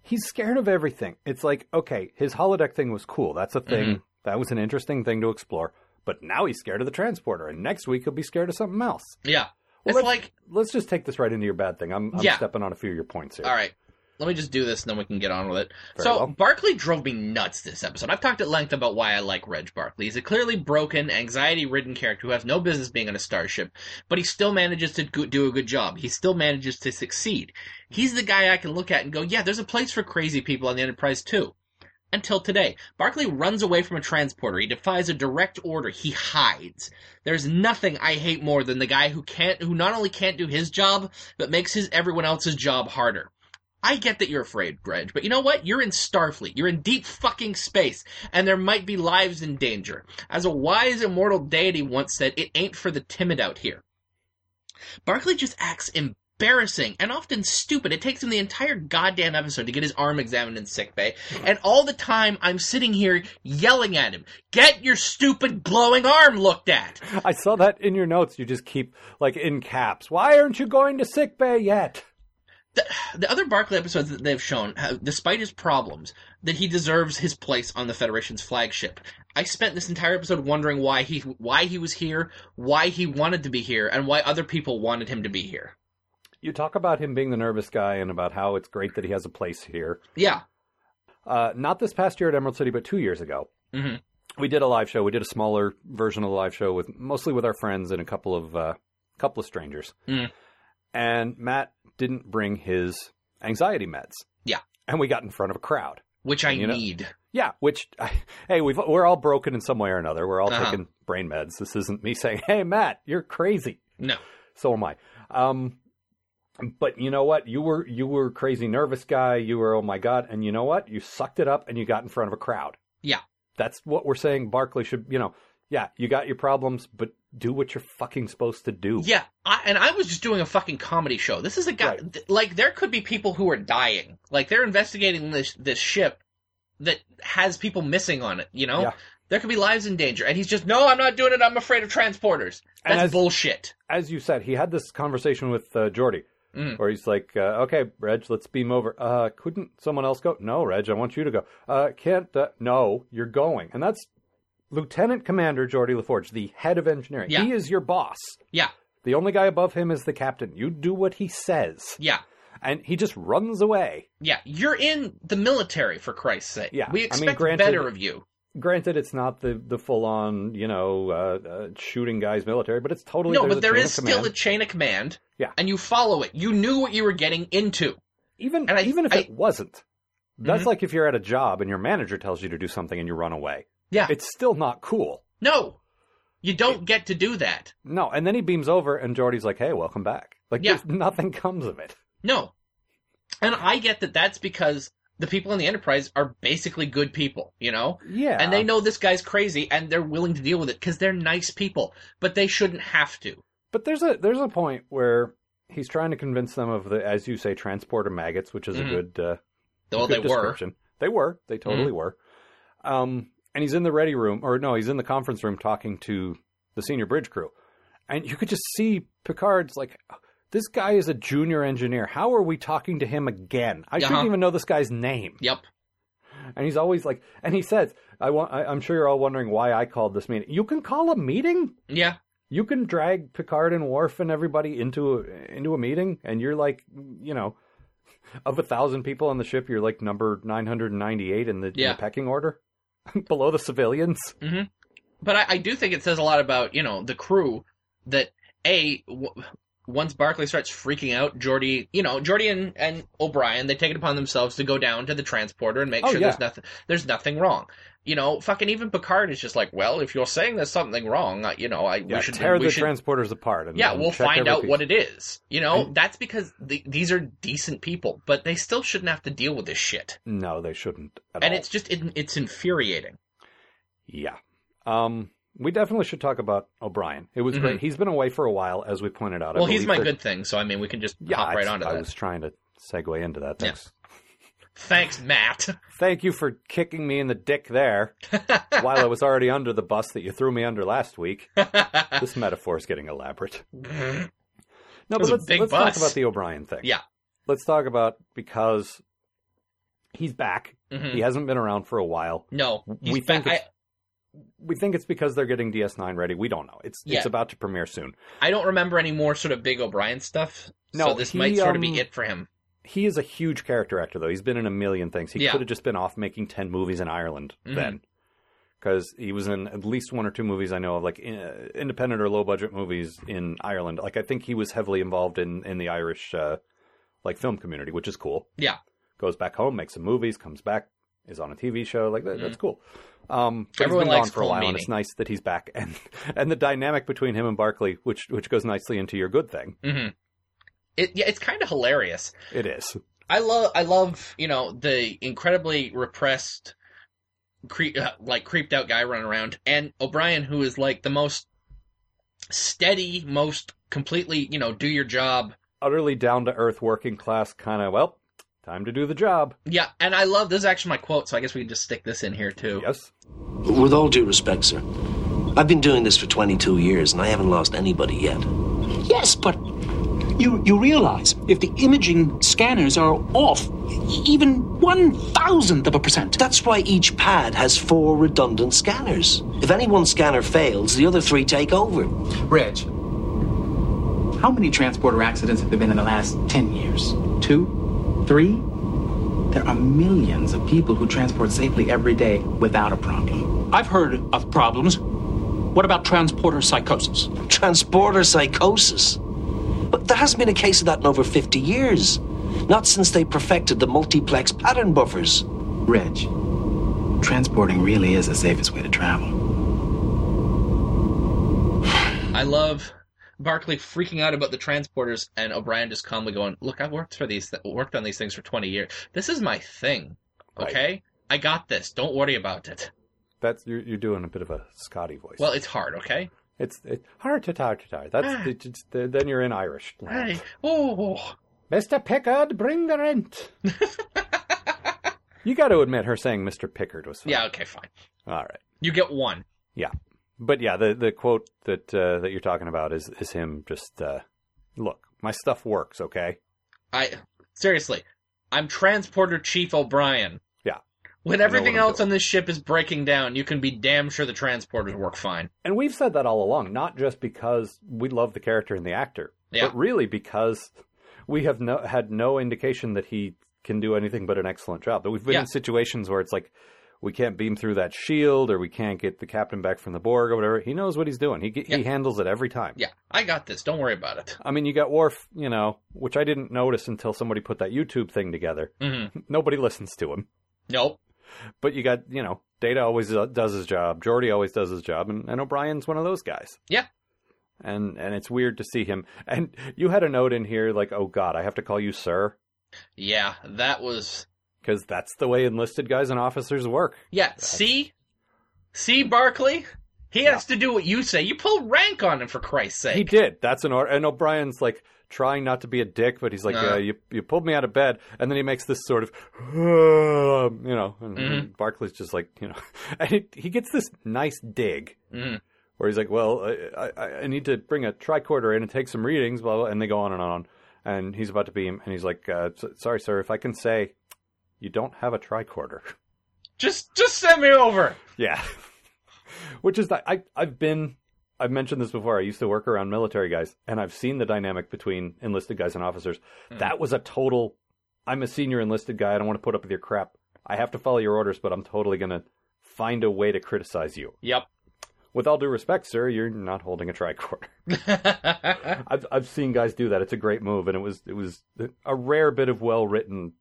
Speaker 2: he's scared of everything. It's like okay, his holodeck thing was cool. That's a thing.
Speaker 3: Mm-hmm.
Speaker 2: That was an interesting thing to explore. But now he's scared of the transporter, and next week he'll be scared of something else.
Speaker 3: Yeah.
Speaker 2: Well,
Speaker 3: it's
Speaker 2: let's-
Speaker 3: like
Speaker 2: Let's just take this right into your bad thing. I'm, I'm
Speaker 3: Yeah.
Speaker 2: stepping on a few of your points here.
Speaker 3: All right. Let me just do this and then we can get on with it.
Speaker 2: Very
Speaker 3: so,
Speaker 2: well.
Speaker 3: Barkley drove me nuts this episode. I've talked at length about why I like Reg Barkley. He's a clearly broken, anxiety ridden character who has no business being on a starship, but he still manages to go- do a good job. He still manages to succeed. He's the guy I can look at and go, yeah, there's a place for crazy people on the Enterprise too. Until today, Barkley runs away from a transporter. He defies a direct order. He hides. There's nothing I hate more than the guy who can't, who not only can't do his job, but makes his everyone else's job harder. I get that you're afraid, Bridge, but you know what? You're in Starfleet. You're in deep fucking space, and there might be lives in danger. As a wise immortal deity once said, it ain't for the timid out here. Barclay just acts embarrassing and often stupid. It takes him the entire goddamn episode to get his arm examined in sickbay, and all the time I'm sitting here yelling at him, Get your stupid glowing arm looked at!
Speaker 2: I saw that in your notes. You just keep like in caps. Why aren't you going to sick bay yet?
Speaker 3: the, the other Barclay episodes that they've shown, have, despite his problems, that he deserves his place on the Federation's flagship. I spent this entire episode wondering why he why he was here, why he wanted to be here, and why other people wanted him to be here.
Speaker 2: You talk about him being the nervous guy and about how it's great that he has a place here.
Speaker 3: Yeah,
Speaker 2: Uh, not this past year at Emerald City, but two years ago.
Speaker 3: Mhm.
Speaker 2: We did a live show. We did a smaller version of the live show with mostly with our friends and a couple of uh, couple of strangers.
Speaker 3: Mm.
Speaker 2: And Matt didn't bring his anxiety meds.
Speaker 3: Yeah.
Speaker 2: and we got in front of a crowd.
Speaker 3: which I
Speaker 2: You know-
Speaker 3: need.
Speaker 2: Yeah, which hey, we've we're all broken in some way or another. We're all
Speaker 3: Uh-huh.
Speaker 2: taking brain meds. This isn't me saying, "Hey, Matt, you're crazy."
Speaker 3: No,
Speaker 2: So am I. Um, but you know what? You were you were a crazy nervous guy. You were oh my god, and you know what? You sucked it up and you got in front of a crowd.
Speaker 3: Yeah.
Speaker 2: that's what we're saying. Barkley should you know. Yeah, you got your problems, but do what you're fucking supposed to do.
Speaker 3: yeah, I, and I was just doing a fucking comedy show. This is a guy
Speaker 2: Right.
Speaker 3: th- like there could be people who are dying. Like they're investigating this this ship that has people missing on it. You know,
Speaker 2: Yeah.
Speaker 3: there could be lives in danger, and he's just no, I'm not doing it. I'm afraid of transporters.
Speaker 2: And
Speaker 3: That's
Speaker 2: as-
Speaker 3: bullshit.
Speaker 2: As you said, he had this conversation with uh, Jordy,
Speaker 3: Mm.
Speaker 2: where he's like, uh, "Okay, Reg, let's beam over. Uh, couldn't someone else go? No, Reg, I want you to go. Uh, can't. Uh, no, you're going." And that's Lieutenant Commander Jordy LaForge, the head of engineering.
Speaker 3: Yeah.
Speaker 2: He is your boss.
Speaker 3: Yeah,
Speaker 2: The only guy above him is the captain. You do what he says.
Speaker 3: yeah,
Speaker 2: And he just runs away.
Speaker 3: yeah. You're in the military, for Christ's sake.
Speaker 2: Yeah, I
Speaker 3: we
Speaker 2: mean,
Speaker 3: expect
Speaker 2: granted-
Speaker 3: better of you.
Speaker 2: Granted, it's not the, the full on, you know, uh, uh, shooting guys military, but it's totally.
Speaker 3: No,
Speaker 2: there's
Speaker 3: but
Speaker 2: a
Speaker 3: there
Speaker 2: chain
Speaker 3: is
Speaker 2: of
Speaker 3: still a
Speaker 2: command.
Speaker 3: chain of command.
Speaker 2: Yeah.
Speaker 3: and you follow it. You knew what you were getting into.
Speaker 2: even
Speaker 3: and I-
Speaker 2: even if
Speaker 3: I- Mm-hmm.
Speaker 2: it wasn't. That's like if you're at a job and your manager tells you to do something and you run away.
Speaker 3: Yeah.
Speaker 2: It's still not cool.
Speaker 3: No, you don't get to do that.
Speaker 2: No, and then he beams over and Jordy's like, "Hey, welcome back." Like,
Speaker 3: Yeah.
Speaker 2: there's nothing comes of it.
Speaker 3: No, and I get that. That's because the people in the Enterprise are basically good people. You know.
Speaker 2: Yeah,
Speaker 3: And they know this guy's crazy, and they're willing to deal with it because they're nice people. But they shouldn't have to.
Speaker 2: But there's a there's a point where he's trying to convince them of the, as you say, transporter maggots, which is
Speaker 3: Mhm.
Speaker 2: a good uh,
Speaker 3: Well, they
Speaker 2: good
Speaker 3: were. Mm-hmm.
Speaker 2: description. They were. They totally were. Um, and he's in the ready room, or no, he's in the conference room talking to the senior bridge crew, and you could just see Picard's like, "This guy is a junior engineer. How are we talking to him again? I
Speaker 3: Uh-huh.
Speaker 2: shouldn't even know this guy's name."
Speaker 3: Yep.
Speaker 2: And he's always like, and he says, "I want. I, I'm sure you're all wondering why I called this meeting. You can call a meeting."
Speaker 3: Yeah.
Speaker 2: You can drag Picard and Worf and everybody into a, into a meeting, and you're like, you know, of a thousand people on the ship, you're like number nine hundred and ninety eight in the, in
Speaker 3: Yeah.
Speaker 2: the pecking order, below the civilians.
Speaker 3: but I, I do think it says a lot about you know the crew that a w- once Barclay starts freaking out, Jordy, you know, Jordy and, and O'Brien, they take it upon themselves to go down to the transporter and make
Speaker 2: Oh,
Speaker 3: sure
Speaker 2: yeah.
Speaker 3: there's nothing there's nothing wrong. You know, fucking even Picard is just like, well, if you're saying there's something wrong, I, you know, I
Speaker 2: Yeah,
Speaker 3: we should
Speaker 2: tear
Speaker 3: we
Speaker 2: the
Speaker 3: should,
Speaker 2: transporters apart. And,
Speaker 3: yeah,
Speaker 2: and
Speaker 3: we'll
Speaker 2: check
Speaker 3: find
Speaker 2: every
Speaker 3: out
Speaker 2: piece.
Speaker 3: what it is. You know,
Speaker 2: And-
Speaker 3: that's because the, these are decent people, but they still shouldn't have to deal with this shit.
Speaker 2: No, they shouldn't. At
Speaker 3: And
Speaker 2: all.
Speaker 3: it's just it, it's infuriating.
Speaker 2: yeah. Um, we definitely should talk about O'Brien. It was
Speaker 3: Mhm.
Speaker 2: great. He's been away for a while, as we pointed out. I
Speaker 3: well, he's
Speaker 2: believe
Speaker 3: my
Speaker 2: that-
Speaker 3: good thing, so I mean, we can just
Speaker 2: Yeah,
Speaker 3: hop right
Speaker 2: I,
Speaker 3: onto
Speaker 2: I
Speaker 3: that.
Speaker 2: was trying to segue into that.
Speaker 3: Yeah.
Speaker 2: Thanks.
Speaker 3: Thanks, Matt.
Speaker 2: Thank you for kicking me in the dick there while I was already under the bus that you threw me under last week. This metaphor is getting elaborate.
Speaker 3: Mm-hmm.
Speaker 2: No,
Speaker 3: It
Speaker 2: but
Speaker 3: was a
Speaker 2: let's,
Speaker 3: big
Speaker 2: let's
Speaker 3: bus.
Speaker 2: talk about the O'Brien thing.
Speaker 3: Yeah.
Speaker 2: Let's talk about because he's back.
Speaker 3: Mhm.
Speaker 2: He hasn't been around for a while.
Speaker 3: No,
Speaker 2: we
Speaker 3: he's back.
Speaker 2: think it's- We think it's because they're getting DS9 ready. We don't know. It's
Speaker 3: Yeah.
Speaker 2: it's about to premiere soon.
Speaker 3: I, I don't remember any more sort of big O'Brien stuff. so
Speaker 2: No,
Speaker 3: this
Speaker 2: he,
Speaker 3: might sort of
Speaker 2: um,
Speaker 3: be it for him.
Speaker 2: He is a huge character actor though. He's been in a million things. He
Speaker 3: Yeah.
Speaker 2: could have just been off making 10 movies in Ireland
Speaker 3: Mhm.
Speaker 2: then. Cuz he was in at least one or two movies I know of like in, uh, independent or low budget movies in Ireland. Like I think he was heavily involved in in the Irish uh like film community, which is cool.
Speaker 3: Yeah.
Speaker 2: goes back home, makes some movies, comes back, is on a TV show. Like that, that's cool. Um, but
Speaker 3: Mm-hmm.
Speaker 2: he's
Speaker 3: Everyone
Speaker 2: been
Speaker 3: likes
Speaker 2: gone for a
Speaker 3: Colm
Speaker 2: while, and
Speaker 3: Meaney.
Speaker 2: it's nice that he's back. And and the dynamic between him and Barkley,
Speaker 3: Mm-hmm.
Speaker 2: which which goes nicely into your good thing,
Speaker 3: hmm It, yeah, it's kind of hilarious.
Speaker 2: it is.
Speaker 3: I love I love you know the incredibly repressed, cre- uh, like creeped out guy running around, and O'Brien who is like the most steady, most completely you know do your job.
Speaker 2: Utterly down to earth, working class kind of. Well, time to do the job.
Speaker 3: Yeah, and I love this is actually my quote, so I guess we can just stick this in here too.
Speaker 2: Yes.
Speaker 4: With all due respect, sir, I've been doing this for 22 years and I haven't lost anybody yet.
Speaker 5: Yes, but you you realize if the imaging scanners are off e-, even one thousandth of a percent,
Speaker 4: That's why each pad has four redundant scanners. If any one scanner fails, the other three take over.
Speaker 5: Reg. How many transporter accidents have there been in the last 10 years? Two? Three? There are millions of people who transport safely every day without a problem. I've heard of problems. What about transporter psychosis?
Speaker 4: Transporter psychosis. But there hasn't been a case of that in over 50 years. Not since they perfected the multiplex pattern buffers.
Speaker 5: Reg, transporting really is the safest way to travel.
Speaker 3: I love Barkley freaking out about the transporters and O'Brien just calmly going, "Look, I've worked for these, worked on these things for twenty years. This is my thing. Okay, I got this. Don't worry about it.
Speaker 2: That's you're, you're doing a bit of a Scotty voice.
Speaker 3: Well, Ah. it's hard. Okay.
Speaker 2: it's it, hard to tar to tar. That's the, it's- the- then you're in Irish. land.
Speaker 3: Hey, oh,
Speaker 2: Mister Pickard, bring the rent. you got to admit, her saying Mister Pickard was funny.
Speaker 3: yeah. Okay, fine.
Speaker 2: All right.
Speaker 3: You get one.
Speaker 2: Yeah, but yeah, the the quote that uh, that you're talking about is is him just uh, look. My stuff works, okay.
Speaker 3: I seriously, I'm transporter chief O'Brien.
Speaker 2: Yeah.
Speaker 3: When
Speaker 2: know what
Speaker 3: everything
Speaker 2: I'm
Speaker 3: else
Speaker 2: doing.
Speaker 3: on this ship is breaking down, you can be damn sure the transporters work fine.
Speaker 2: And we've said that all along, not just because we love the character and the actor,
Speaker 3: Yeah.
Speaker 2: but really because we have no, had no indication that he can do anything but an excellent job. That we've been
Speaker 3: Yeah.
Speaker 2: in situations where it's like we can't beam through that shield, or we can't get the captain back from the Borg, or whatever. He knows what he's doing. He ge-
Speaker 3: Yeah.
Speaker 2: he handles it every time.
Speaker 3: Yeah, I got this. Don't worry about it.
Speaker 2: I mean, you got Worf, you know, which I didn't notice until somebody put that YouTube thing together.
Speaker 3: Mm-hmm.
Speaker 2: Nobody listens to him,
Speaker 3: Nope.
Speaker 2: but you got you know, Data always uh, does his job. Geordi always does his job, and, and O'Brien's one of those guys.
Speaker 3: Yeah.
Speaker 2: and and it's weird to see him. And you had a note in here like, "Oh God, I have to call you sir,"
Speaker 3: Yeah, that was.
Speaker 2: because that's the way enlisted guys and officers work.
Speaker 3: Yeah. See, see Barkley. He has to do what you say. You pull rank on him for Christ's sake.
Speaker 2: He did. That's an order. And O'Brien's like trying not to be a dick, but he's like,
Speaker 3: Uh.
Speaker 2: uh, "You you pulled me out of bed," and then he makes this sort of, you know, and
Speaker 3: Mhm.
Speaker 2: Barclay's just like, you know, and he, he gets this nice dig.
Speaker 3: Mhm.
Speaker 2: where he's like, "Well, I, I, I need to bring a tricorder in and take some readings," blah blah, and they go on and on. And he's about to beam, and he's like, uh, s- "Sorry, sir, if I can say, you don't have a tricorder."
Speaker 3: Just, just send me over.
Speaker 2: yeah, which is that I I've been I've mentioned this before. I used to work around military guys, and I've seen the dynamic between enlisted guys and officers. That was a total. I'm a senior enlisted guy. I don't want to put up with your crap. I have to follow your orders, but I'm totally gonna find a way to criticize you.
Speaker 3: Yep.
Speaker 2: With all due respect, sir, you're not holding a tricorder.
Speaker 3: yeah.
Speaker 2: I've I've seen guys do that. It's a great move, and it was it was a rare bit of well written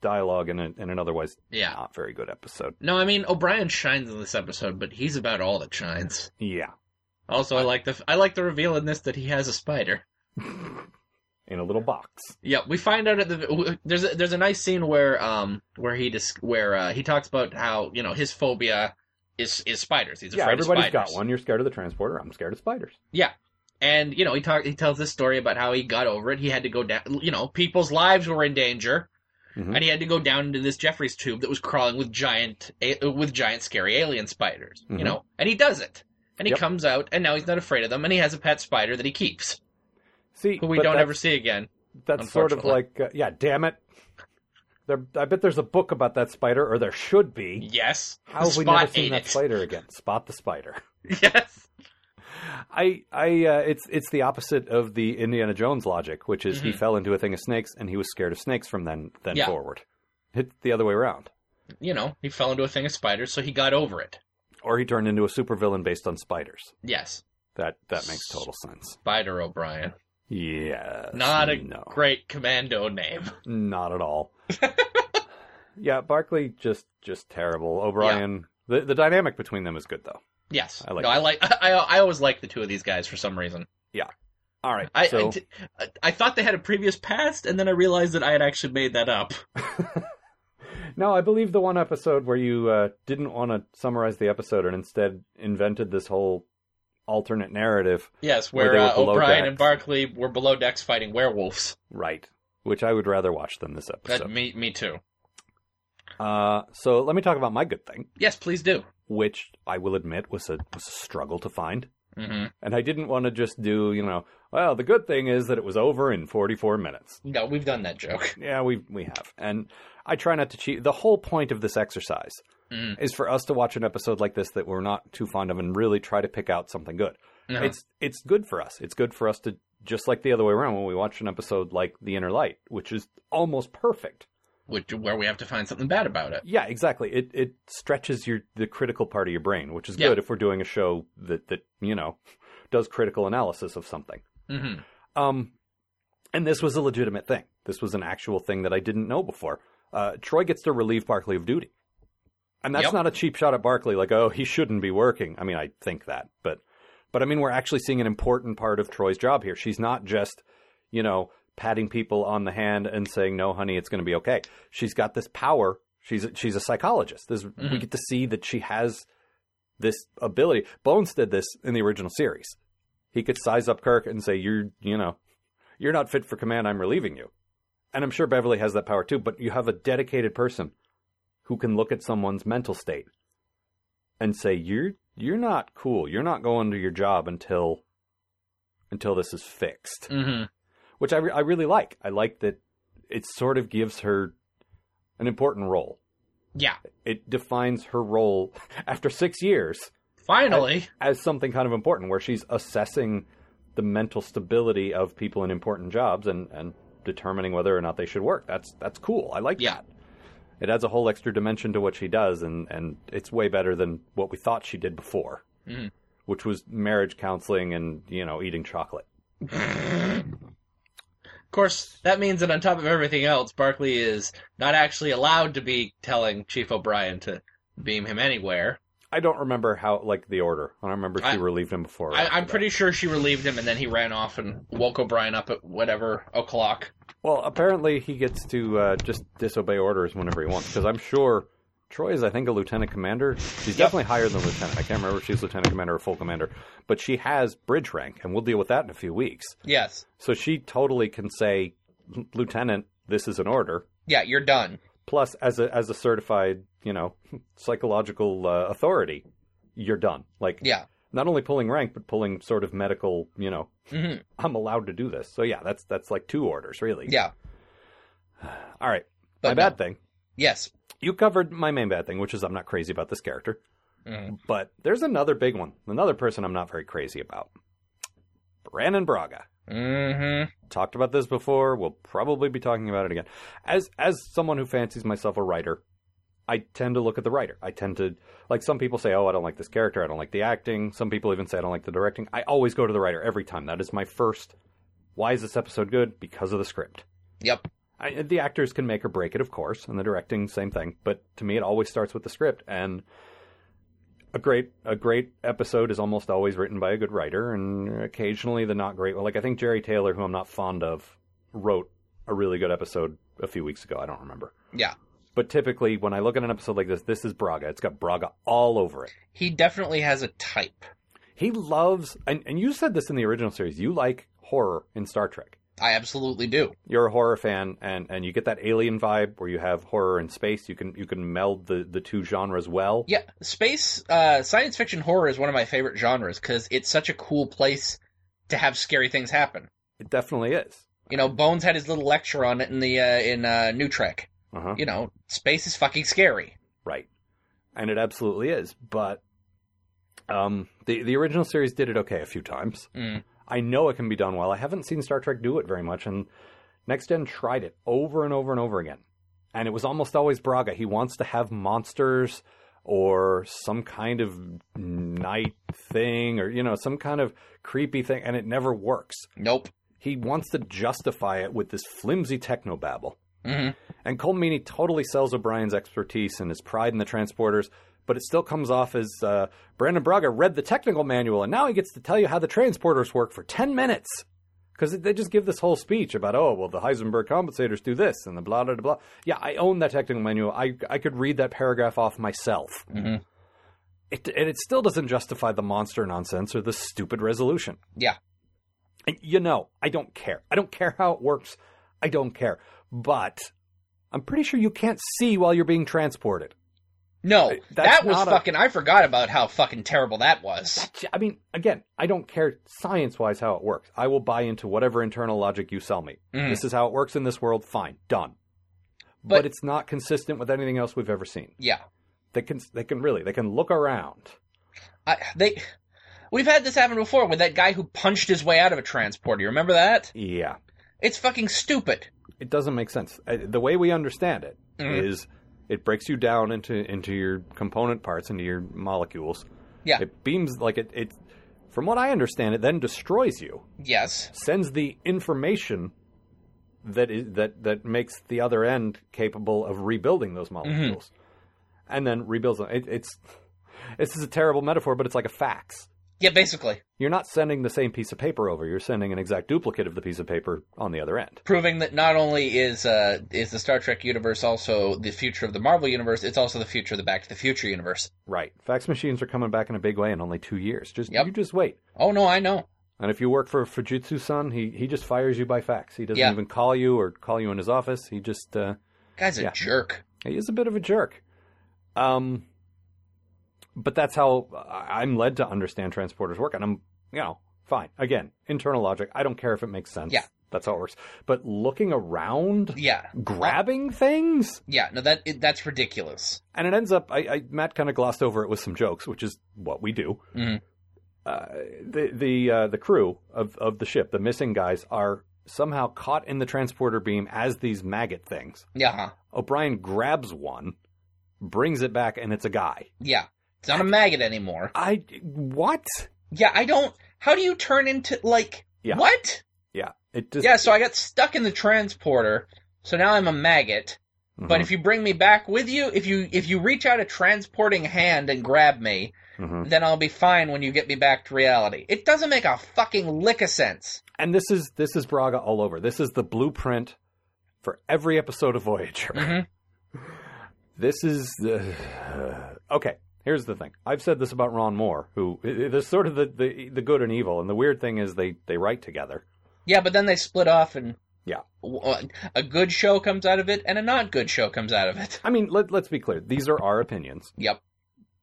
Speaker 2: dialogue in, a, in an otherwise not very good episode.
Speaker 3: No, I mean O'Brien shines in this episode, but he's about all that shines.
Speaker 2: Yeah,
Speaker 3: Also, I like the I like the reveal in this that he has a spider.
Speaker 2: in a little box.
Speaker 3: Yeah, we find out at the there's a, there's a nice scene where um where he just where uh, he talks about how you know his phobia is is spiders. He's
Speaker 2: yeah,
Speaker 3: afraid
Speaker 2: everybody's
Speaker 3: of spiders.
Speaker 2: got one. You're scared of the transporter. I'm scared of spiders.
Speaker 3: Yeah, and you know he talk he tells this story about how he got over it. He had to go down. You know, people's lives were in danger,
Speaker 2: Mhm.
Speaker 3: and he had to go down into this Jeffrey's tube that was crawling with giant a- with giant scary alien spiders.
Speaker 2: Mhm.
Speaker 3: You know, and he does it. And he
Speaker 2: Yep.
Speaker 3: comes out, and now he's not afraid of them, and he has a pet spider that he keeps,
Speaker 2: See,
Speaker 3: who we
Speaker 2: but
Speaker 3: don't
Speaker 2: that's,
Speaker 3: ever see again.
Speaker 2: That's sort of like,
Speaker 3: unfortunately.
Speaker 2: uh, yeah, damn it. There, I bet there's a book about that spider, or there should be.
Speaker 3: Yes,
Speaker 2: How have we
Speaker 3: Spot
Speaker 2: never seen
Speaker 3: ate
Speaker 2: that
Speaker 3: it.
Speaker 2: spider again? Spot the spider.
Speaker 3: Yes.
Speaker 2: I, I, uh, it's it's the opposite of the Indiana Jones logic, which is he fell into a thing of snakes and he was scared of snakes from then then
Speaker 3: Mm-hmm. Yeah.
Speaker 2: forward. It's the other way around,
Speaker 3: you know, he fell into a thing of spiders, so he got over it.
Speaker 2: or he turned into a supervillain based on spiders.
Speaker 3: Yes,
Speaker 2: That that makes total sense.
Speaker 3: Spider O'Brien.
Speaker 2: Yeah,
Speaker 3: Not a
Speaker 2: no,
Speaker 3: great commando name.
Speaker 2: not at all. yeah, Barkley just just terrible. O'Brien. The the dynamic between them is good though.
Speaker 3: Yes,
Speaker 2: I like
Speaker 3: no, I like. I I always like the two of these guys for some reason.
Speaker 2: Yeah. All right.
Speaker 3: I,
Speaker 2: so,
Speaker 3: I d- I- I thought they had a previous past, and then I realized that I had actually made that up.
Speaker 2: no, I believe the one episode where you uh, didn't want to summarize the episode and instead invented this whole alternate narrative.
Speaker 3: Yes,
Speaker 2: Where
Speaker 3: where,
Speaker 2: they were
Speaker 3: uh,
Speaker 2: below
Speaker 3: O'Brien
Speaker 2: decks.
Speaker 3: and Barkley were below decks fighting werewolves.
Speaker 2: Right. Which I would rather watch than this
Speaker 3: That,
Speaker 2: episode.
Speaker 3: me, me too.
Speaker 2: Uh, so let me talk about my good thing,
Speaker 3: Yes, please do.
Speaker 2: which I will admit was a was a struggle to find,
Speaker 3: hmm
Speaker 2: and I didn't want to just do you know. Well, the good thing is that it was over in 44 minutes.
Speaker 3: No, we've done that joke.
Speaker 2: Yeah, we we have, and I try not to cheat. The whole point of this exercise
Speaker 3: Mm.
Speaker 2: is for us to watch an episode like this that we're not too fond of and really try to pick out something good.
Speaker 3: No.
Speaker 2: It's it's good for us. It's good for us to just like the other way around when we watch an episode like The Inner Light, which is almost perfect.
Speaker 3: Which, where we have to find something bad about it.
Speaker 2: Yeah, exactly. It it stretches your the critical part of your brain, which is
Speaker 3: Yeah.
Speaker 2: good if we're doing a show that that you know does critical analysis of something.
Speaker 3: hmm
Speaker 2: Um, and this was a legitimate thing. This was an actual thing that I didn't know before. Uh, Troy gets to relieve Barkley of duty, and that's
Speaker 3: Yep.
Speaker 2: not a cheap shot at Barkley. Like, oh, he shouldn't be working. I mean, I think that, but but I mean, we're actually seeing an important part of Troy's job here. She's not just you know patting people on the hand and saying, no, honey, it's going to be okay. She's got this power. She's a, she's a psychologist. This we get to see that she has this ability. Bones did this in the original series. He could size up Kirk and say, "You're, you know, you're not fit for command. I'm relieving you." And I'm sure Beverly has that power too. But you have a dedicated person who can look at someone's mental state and say, "You're, you're not cool. You're not going to your job until, until this is fixed."
Speaker 3: hmm
Speaker 2: Which I, re- I really like. I like that it sort of gives her an important role.
Speaker 3: Yeah.
Speaker 2: It defines her role after six years
Speaker 3: Finally.
Speaker 2: as something kind of important where she's assessing the mental stability of people in important jobs and, and determining whether or not they should work. That's that's cool. I like
Speaker 3: Yeah.
Speaker 2: that. It adds a whole extra dimension to what she does and, and it's way better than what we thought she did before.
Speaker 3: Mhm.
Speaker 2: Which was marriage counseling and, you know, eating chocolate.
Speaker 3: Of course, that means that on top of everything else, Barkley is not actually allowed to be telling Chief O'Brien to beam him anywhere.
Speaker 2: I don't remember how like the order. I don't remember if she
Speaker 3: I-
Speaker 2: relieved him before. or
Speaker 3: I,
Speaker 2: after
Speaker 3: I'm
Speaker 2: that.
Speaker 3: pretty sure she relieved him, and then he ran off and woke O'Brien up at whatever o'clock.
Speaker 2: Well, apparently he gets to uh, just disobey orders whenever he wants. Because I'm sure Troy is, I think, a lieutenant commander. She's definitely higher than lieutenant. I can't remember if she's lieutenant commander or full commander, but she has bridge rank, and we'll deal with that in a few weeks.
Speaker 3: Yes.
Speaker 2: So she totally can say, "L- Lieutenant, this is an order.
Speaker 3: Yeah, you're done.
Speaker 2: Plus, as a as a certified, you know, psychological uh, authority, you're done. Like,
Speaker 3: Yeah.
Speaker 2: not only pulling rank, but pulling sort of medical. You know,
Speaker 3: hmm
Speaker 2: I'm allowed to do this. So yeah, that's that's like two orders, really.
Speaker 3: Yeah.
Speaker 2: All right.
Speaker 3: But
Speaker 2: My
Speaker 3: no.
Speaker 2: bad thing.
Speaker 3: Yes.
Speaker 2: you covered my main bad thing, which is I'm not crazy about this character.
Speaker 3: Mhm.
Speaker 2: But there's another big one, another person I'm not very crazy about. Brandon Braga.
Speaker 3: hmm
Speaker 2: Talked about this before. We'll probably be talking about it again. As as someone who fancies myself a writer, I tend to look at the writer. I tend to like some people say, "Oh, I don't like this character. I don't like the acting." Some people even say, "I don't like the directing." I always go to the writer every time. That is my first. Why is this episode good? Because of the script.
Speaker 3: Yep.
Speaker 2: I, the actors can make or break it, of course, and the directing, same thing. But to me, it always starts with the script, and a great a great episode is almost always written by a good writer, and occasionally the not great. Well, like I think Jerry Taylor, who I'm not fond of, wrote a really good episode a few weeks ago. I don't remember,
Speaker 3: Yeah.
Speaker 2: but typically when I look at an episode like this, this is Braga. It's got Braga all over it.
Speaker 3: He definitely has a type.
Speaker 2: He loves, and, and you said this in the original series. You like horror in Star Trek.
Speaker 3: I absolutely do.
Speaker 2: you're a horror fan and, and you get that alien vibe where you have horror and space you can you can meld the, the two genres well
Speaker 3: Yeah, space uh, science fiction horror is one of my favorite genres because it's such a cool place to have scary things happen.
Speaker 2: it definitely is
Speaker 3: You know, Bones had his little lecture on it in the uh, in uh, New Trek.
Speaker 2: uh-huh.
Speaker 3: You know, space is fucking scary.
Speaker 2: right and it absolutely is but um, the, the original series did it okay a few times
Speaker 3: Mm.
Speaker 2: i know it can be done well i haven't seen star trek do it very much and next gen tried it over and over and over again and it was almost always braga he wants to have monsters or some kind of night thing or you know some kind of creepy thing and it never works
Speaker 3: Nope.
Speaker 2: he wants to justify it with this flimsy technobabble.
Speaker 3: Mhm.
Speaker 2: And Cole Meany totally sells O'Brien's expertise and his pride in the transporters, but it still comes off as uh, Brandon Braga read the technical manual and now he gets to tell you how the transporters work for 10 minutes. Because they just give this whole speech about, oh, well, the Heisenberg compensators do this and the blah, blah, blah. Yeah, I own that technical manual. I, I could read that paragraph off myself. It, and it still doesn't justify the monster nonsense or the stupid resolution.
Speaker 3: Yeah.
Speaker 2: And you know, I don't care. I don't care how it works. I don't care. But I'm pretty sure you can't see while you're being transported.
Speaker 3: No,
Speaker 2: that's
Speaker 3: that was
Speaker 2: not a-
Speaker 3: fucking. I forgot about how fucking terrible that was.
Speaker 2: J- I mean, again, I don't care science wise how it works. I will buy into whatever internal logic you sell me. This is how it works in this world. Fine. Done. But,
Speaker 3: But-
Speaker 2: it's not consistent with anything else we've ever seen.
Speaker 3: Yeah.
Speaker 2: They can, they can really, they can look around.
Speaker 3: I, they. We've had this happen before with that guy who punched his way out of a transporter. You remember that?
Speaker 2: Yeah.
Speaker 3: It's fucking stupid.
Speaker 2: It doesn't make sense. Uh, The way we understand it is, it breaks you down into, into your component parts, into your molecules.
Speaker 3: Yeah.
Speaker 2: It beams like it, it, from what I understand, it then destroys you,
Speaker 3: yes.
Speaker 2: sends the information that is that that makes the other end capable of rebuilding those
Speaker 3: Mm-hmm.
Speaker 2: molecules, and then rebuilds them. It, it's this is a terrible metaphor, but it's like a fax.
Speaker 3: Yeah, basically.
Speaker 2: You're not sending the same piece of paper over. You're sending an exact duplicate of the piece of paper on the other end.
Speaker 3: Proving that not only is uh, is the Star Trek universe also the future of the Marvel universe, it's also the future of the Back to the Future universe.
Speaker 2: Right. Fax machines are coming back in a big way in only two years. Just
Speaker 3: Yep.
Speaker 2: you just wait.
Speaker 3: Oh no, I know.
Speaker 2: And if you work for Fujitsu Sun, he he just fires you by fax. He doesn't
Speaker 3: Yeah.
Speaker 2: even call you or call you in his office. He just uh,
Speaker 3: Guy's a jerk.
Speaker 2: He is a bit of a jerk. Um, but that's how I- I'm led to understand transporters work, and I'm, you know, fine. Again, internal logic. I don't care if it makes sense.
Speaker 3: Yeah.
Speaker 2: That's how it works. But looking around,
Speaker 3: Yeah,
Speaker 2: grabbing things,
Speaker 3: yeah. No, that it, that's ridiculous.
Speaker 2: and it ends up. I, I Matt kind of glossed over it with some jokes, which is what we do.
Speaker 3: Mhm.
Speaker 2: Uh, the the uh, the crew of of the ship, the missing guys, are somehow caught in the transporter beam as these maggot things.
Speaker 3: Yeah, huh.
Speaker 2: O'Brien grabs one, brings it back, and it's a guy.
Speaker 3: yeah. It's not a maggot anymore.
Speaker 2: I what?
Speaker 3: Yeah, I don't. How do you turn into like
Speaker 2: Yeah.
Speaker 3: what?
Speaker 2: Yeah, it just
Speaker 3: Yeah, so I got stuck in the transporter, so now I'm a maggot.
Speaker 2: Mm-hmm.
Speaker 3: But if you bring me back with you, if you if you reach out a transporting hand and grab me,
Speaker 2: Mhm.
Speaker 3: then I'll be fine when you get me back to reality. It doesn't make a fucking lick of sense.
Speaker 2: and this is this is Braga all over. This is the blueprint for every episode of Voyager. This is the okay. Here's the thing. I've said this about Ron Moore, who there's sort of the, the the good and evil, and the weird thing is they they write together.
Speaker 3: Yeah, but then they split off and
Speaker 2: Yeah,
Speaker 3: w- uh, a good show comes out of it and a not good show comes out of it.
Speaker 2: I mean let let's be clear. These are our opinions,
Speaker 3: Yep.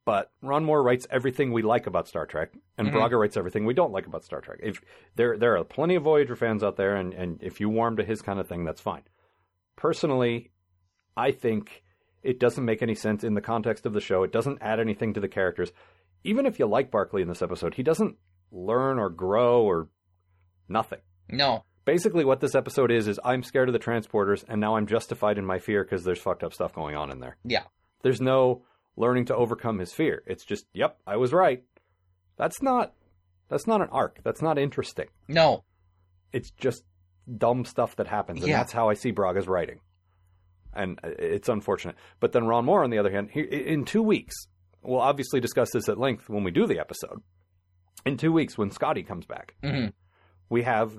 Speaker 2: but Ron Moore writes everything we like about Star Trek, and Braga writes everything we don't like about Star Trek. If there there are plenty of Voyager fans out there, and and if you warm to his kind of thing, that's fine. Personally, I think it doesn't make any sense in the context of the show. It doesn't add anything to the characters. Even if you like Barclay in this episode, he doesn't learn or grow or nothing.
Speaker 3: No.
Speaker 2: Basically, what this episode is is I'm scared of the transporters, and now I'm justified in my fear because there's fucked up stuff going on in there.
Speaker 3: Yeah.
Speaker 2: There's no learning to overcome his fear. It's just, yep, I was right. That's not that's not an arc. That's not interesting.
Speaker 3: No.
Speaker 2: It's just dumb stuff that happens, and
Speaker 3: Yeah.
Speaker 2: that's how I see Braga's writing. And uh, it's unfortunate. But then Ron Moore, on the other hand, he, in two weeks, we'll obviously discuss this at length when we do the episode. In two weeks, when Scotty comes back,
Speaker 3: Mhm.
Speaker 2: we have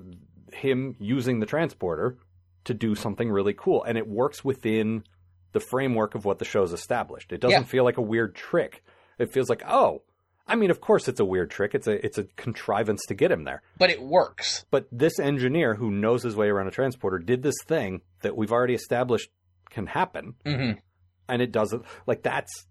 Speaker 2: him using the transporter to do something really cool, and it works within the framework of what the show's established. It doesn't
Speaker 3: Yeah.
Speaker 2: feel like a weird trick. It feels like, oh, I mean, of course it's a weird trick. It's a it's a contrivance to get him there.
Speaker 3: But it works.
Speaker 2: But this engineer who knows his way around a transporter did this thing that we've already established can happen,
Speaker 3: Mhm.
Speaker 2: and it doesn't. Like that's,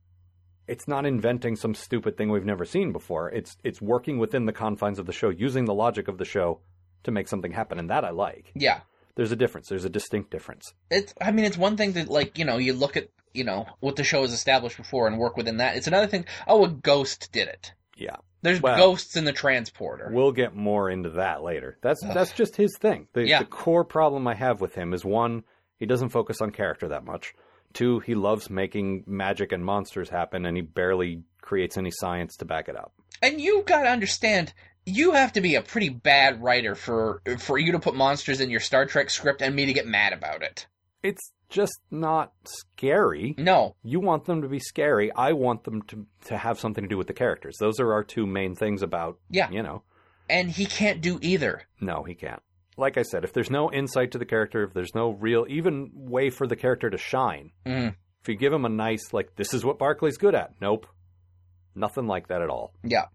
Speaker 2: it's not inventing some stupid thing we've never seen before. It's it's working within the confines of the show, using the logic of the show to make something happen, and that I like.
Speaker 3: Yeah.
Speaker 2: There's a difference. There's a distinct difference.
Speaker 3: it's i mean it's one thing that like you know you look at you know what the show has established before and work within that it's another thing oh a ghost did it
Speaker 2: Yeah,
Speaker 3: there's
Speaker 2: Well-
Speaker 3: ghosts in the transporter
Speaker 2: we'll get more into that later. That's that's just his thing. The,
Speaker 3: Yeah.
Speaker 2: the core problem I have with him is one, he doesn't focus on character that much. Two, he loves making magic and monsters happen, and he barely creates any science to back it up.
Speaker 3: and you got to understand you have to be a pretty bad writer for for you to put monsters in your star trek script and me to get mad about it
Speaker 2: It's just not scary.
Speaker 3: no
Speaker 2: You want them to be scary. I want them to to have something to do with the characters. Those are our two main things about.
Speaker 3: Yeah.
Speaker 2: You know,
Speaker 3: and he can't do either
Speaker 2: no, he can't. like I said, if there's no insight to the character, if there's no real even way for the character to shine,
Speaker 3: Mm.
Speaker 2: if you give him a nice like this is what Barclay's good at, nope, nothing like that at all,
Speaker 3: Yeah.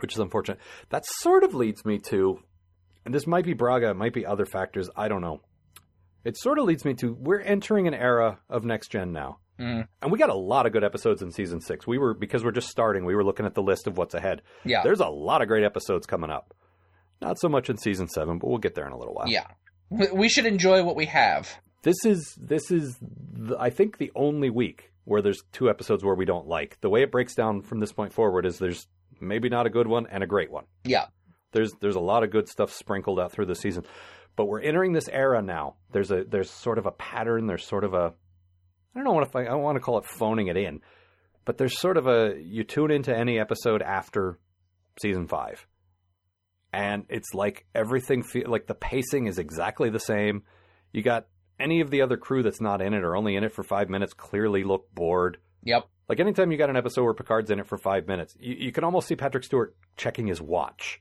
Speaker 2: which is unfortunate. That sort of leads me to, and this might be Braga, it might be other factors, I don't know. It sort of leads me to we're entering an era of next gen now.
Speaker 3: Mm.
Speaker 2: And we got a lot of good episodes in season six. We were because we're just starting. We were looking at the list of what's ahead.
Speaker 3: Yeah.
Speaker 2: There's a lot of great episodes coming up. Not so much in season seven, but we'll get there in a little while.
Speaker 3: Yeah. We- We should enjoy what we have.
Speaker 2: This is this is the, I think the only week where there's two episodes where we don't like. The way it breaks down from this point forward is there's maybe not a good one and a great one.
Speaker 3: Yeah.
Speaker 2: There's there's a lot of good stuff sprinkled out through the season. But we're entering this era now. There's a there's sort of a pattern, there's sort of a I don't know what if I, I don't want to call it phoning it in, but there's sort of a you tune into any episode after season 5. And it's like everything fe- like the pacing is exactly the same. You got any of the other crew that's not in it or only in it for 5 minutes clearly look bored.
Speaker 3: Yep.
Speaker 2: Like anytime you got an episode where Picard's in it for five minutes, you, you can almost see Patrick Stewart checking his watch.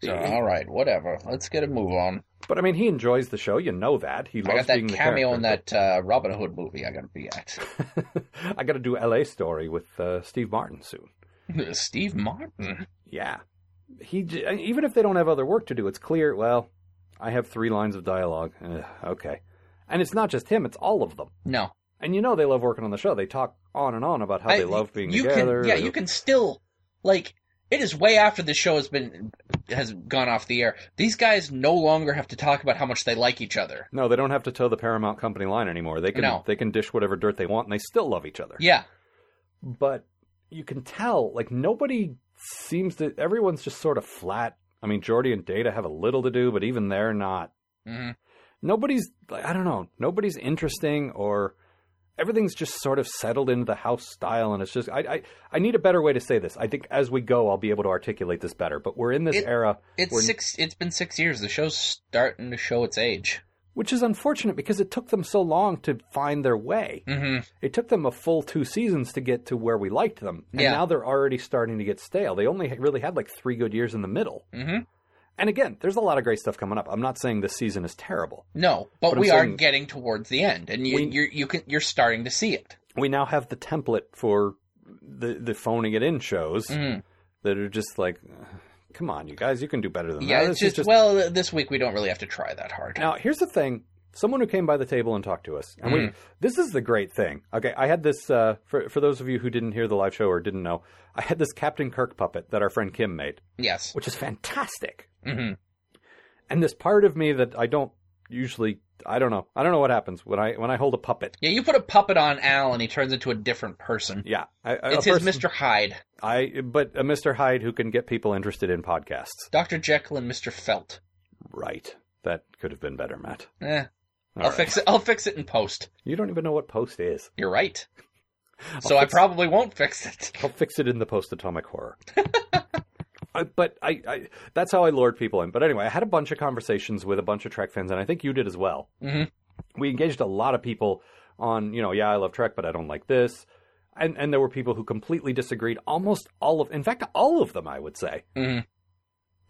Speaker 3: So, all right, whatever. Let's get a move on.
Speaker 2: But I mean, he enjoys the show. You know that he
Speaker 3: I
Speaker 2: loves
Speaker 3: got that
Speaker 2: being
Speaker 3: cameo
Speaker 2: the
Speaker 3: in that uh, Robin Hood movie. I gotta be at
Speaker 2: that. I got to do L.A. story with uh, Steve Martin soon.
Speaker 3: Steve Martin.
Speaker 2: Yeah, he j- uh, even if they don't have other work to do, it's clear. Well, I have three lines of dialogue. Ugh, okay, and it's not just him; it's all of them.
Speaker 3: No,
Speaker 2: And you know they love working on the show. They talk on and on about how
Speaker 3: I-
Speaker 2: they love being
Speaker 3: you
Speaker 2: together.
Speaker 3: Can, yeah, you can still like. It is way after the show has been has gone off the air. These guys no longer have to talk about how much they like each other.
Speaker 2: No, they don't have to toe the Paramount Company line anymore. They can
Speaker 3: No.
Speaker 2: they can dish whatever dirt they want, and they still love each other.
Speaker 3: Yeah,
Speaker 2: but you can tell like nobody seems to everyone's just sort of flat i mean jordy and data have a little to do but even they're not
Speaker 3: Mhm.
Speaker 2: nobody's like i don't know nobody's interesting or everything's just sort of settled into the house style and it's just i i, I need a better way to say this i think as we go i'll be able to articulate this better but we're in this
Speaker 3: It-
Speaker 2: era
Speaker 3: it's
Speaker 2: We're-
Speaker 3: six. It's been six years. The show's starting to show its age.
Speaker 2: which is unfortunate because it took them so long to find their way
Speaker 3: hmm
Speaker 2: it took them a full two seasons to get to where we liked them and
Speaker 3: Yeah.
Speaker 2: now they're already starting to get stale they only really had like three good years in the middle
Speaker 3: hmm
Speaker 2: and again there's a lot of great stuff coming up i'm not saying this season is terrible
Speaker 3: No, but,
Speaker 2: But I'm
Speaker 3: we are
Speaker 2: saying-
Speaker 3: getting towards the end, and you
Speaker 2: We-
Speaker 3: you're, you can you're starting to see it.
Speaker 2: we now have the template for the the phoning it in shows
Speaker 3: Mhm.
Speaker 2: that are just like come on you guys you can do better than
Speaker 3: Yeah,
Speaker 2: that
Speaker 3: it's
Speaker 2: This is
Speaker 3: just, well, this week we don't really have to try that hard.
Speaker 2: Now, here's the thing. Someone who came by the table and talked to us, and
Speaker 3: Mm.
Speaker 2: we, this is the great thing. Okay, I had this uh, for for those of you who didn't hear the live show or didn't know. I had this Captain Kirk puppet that our friend Kim made,
Speaker 3: Yes.
Speaker 2: which is fantastic.
Speaker 3: hmm
Speaker 2: And this part of me that I don't usually, I don't know, I don't know what happens when I when I hold a puppet.
Speaker 3: Yeah, you put a puppet on Al, and he turns into a different person.
Speaker 2: Yeah, I, I-
Speaker 3: It's
Speaker 2: a
Speaker 3: his
Speaker 2: person-
Speaker 3: Mr. Hyde,
Speaker 2: I but a Mr. Hyde who can get people interested in podcasts.
Speaker 3: Dr. Jekyll, and Mr. Felt.
Speaker 2: Right, that could have been better, Matt.
Speaker 3: Eh,
Speaker 2: All
Speaker 3: I'll
Speaker 2: right.
Speaker 3: fix it. I'll fix it in post.
Speaker 2: You don't even know what post is.
Speaker 3: You're right. so I
Speaker 2: fix it.
Speaker 3: probably won't fix it.
Speaker 2: I'll fix it in the post atomic horror. I, but I, I, that's how I lured people in. But anyway, I had a bunch of conversations with a bunch of Trek fans, and I think you did as well.
Speaker 3: Mhm.
Speaker 2: We engaged a lot of people on, you know, yeah, I love Trek, but I don't like this. And, and there were people who completely disagreed. Almost all of, in fact, all of them, I would say.
Speaker 3: Mhm.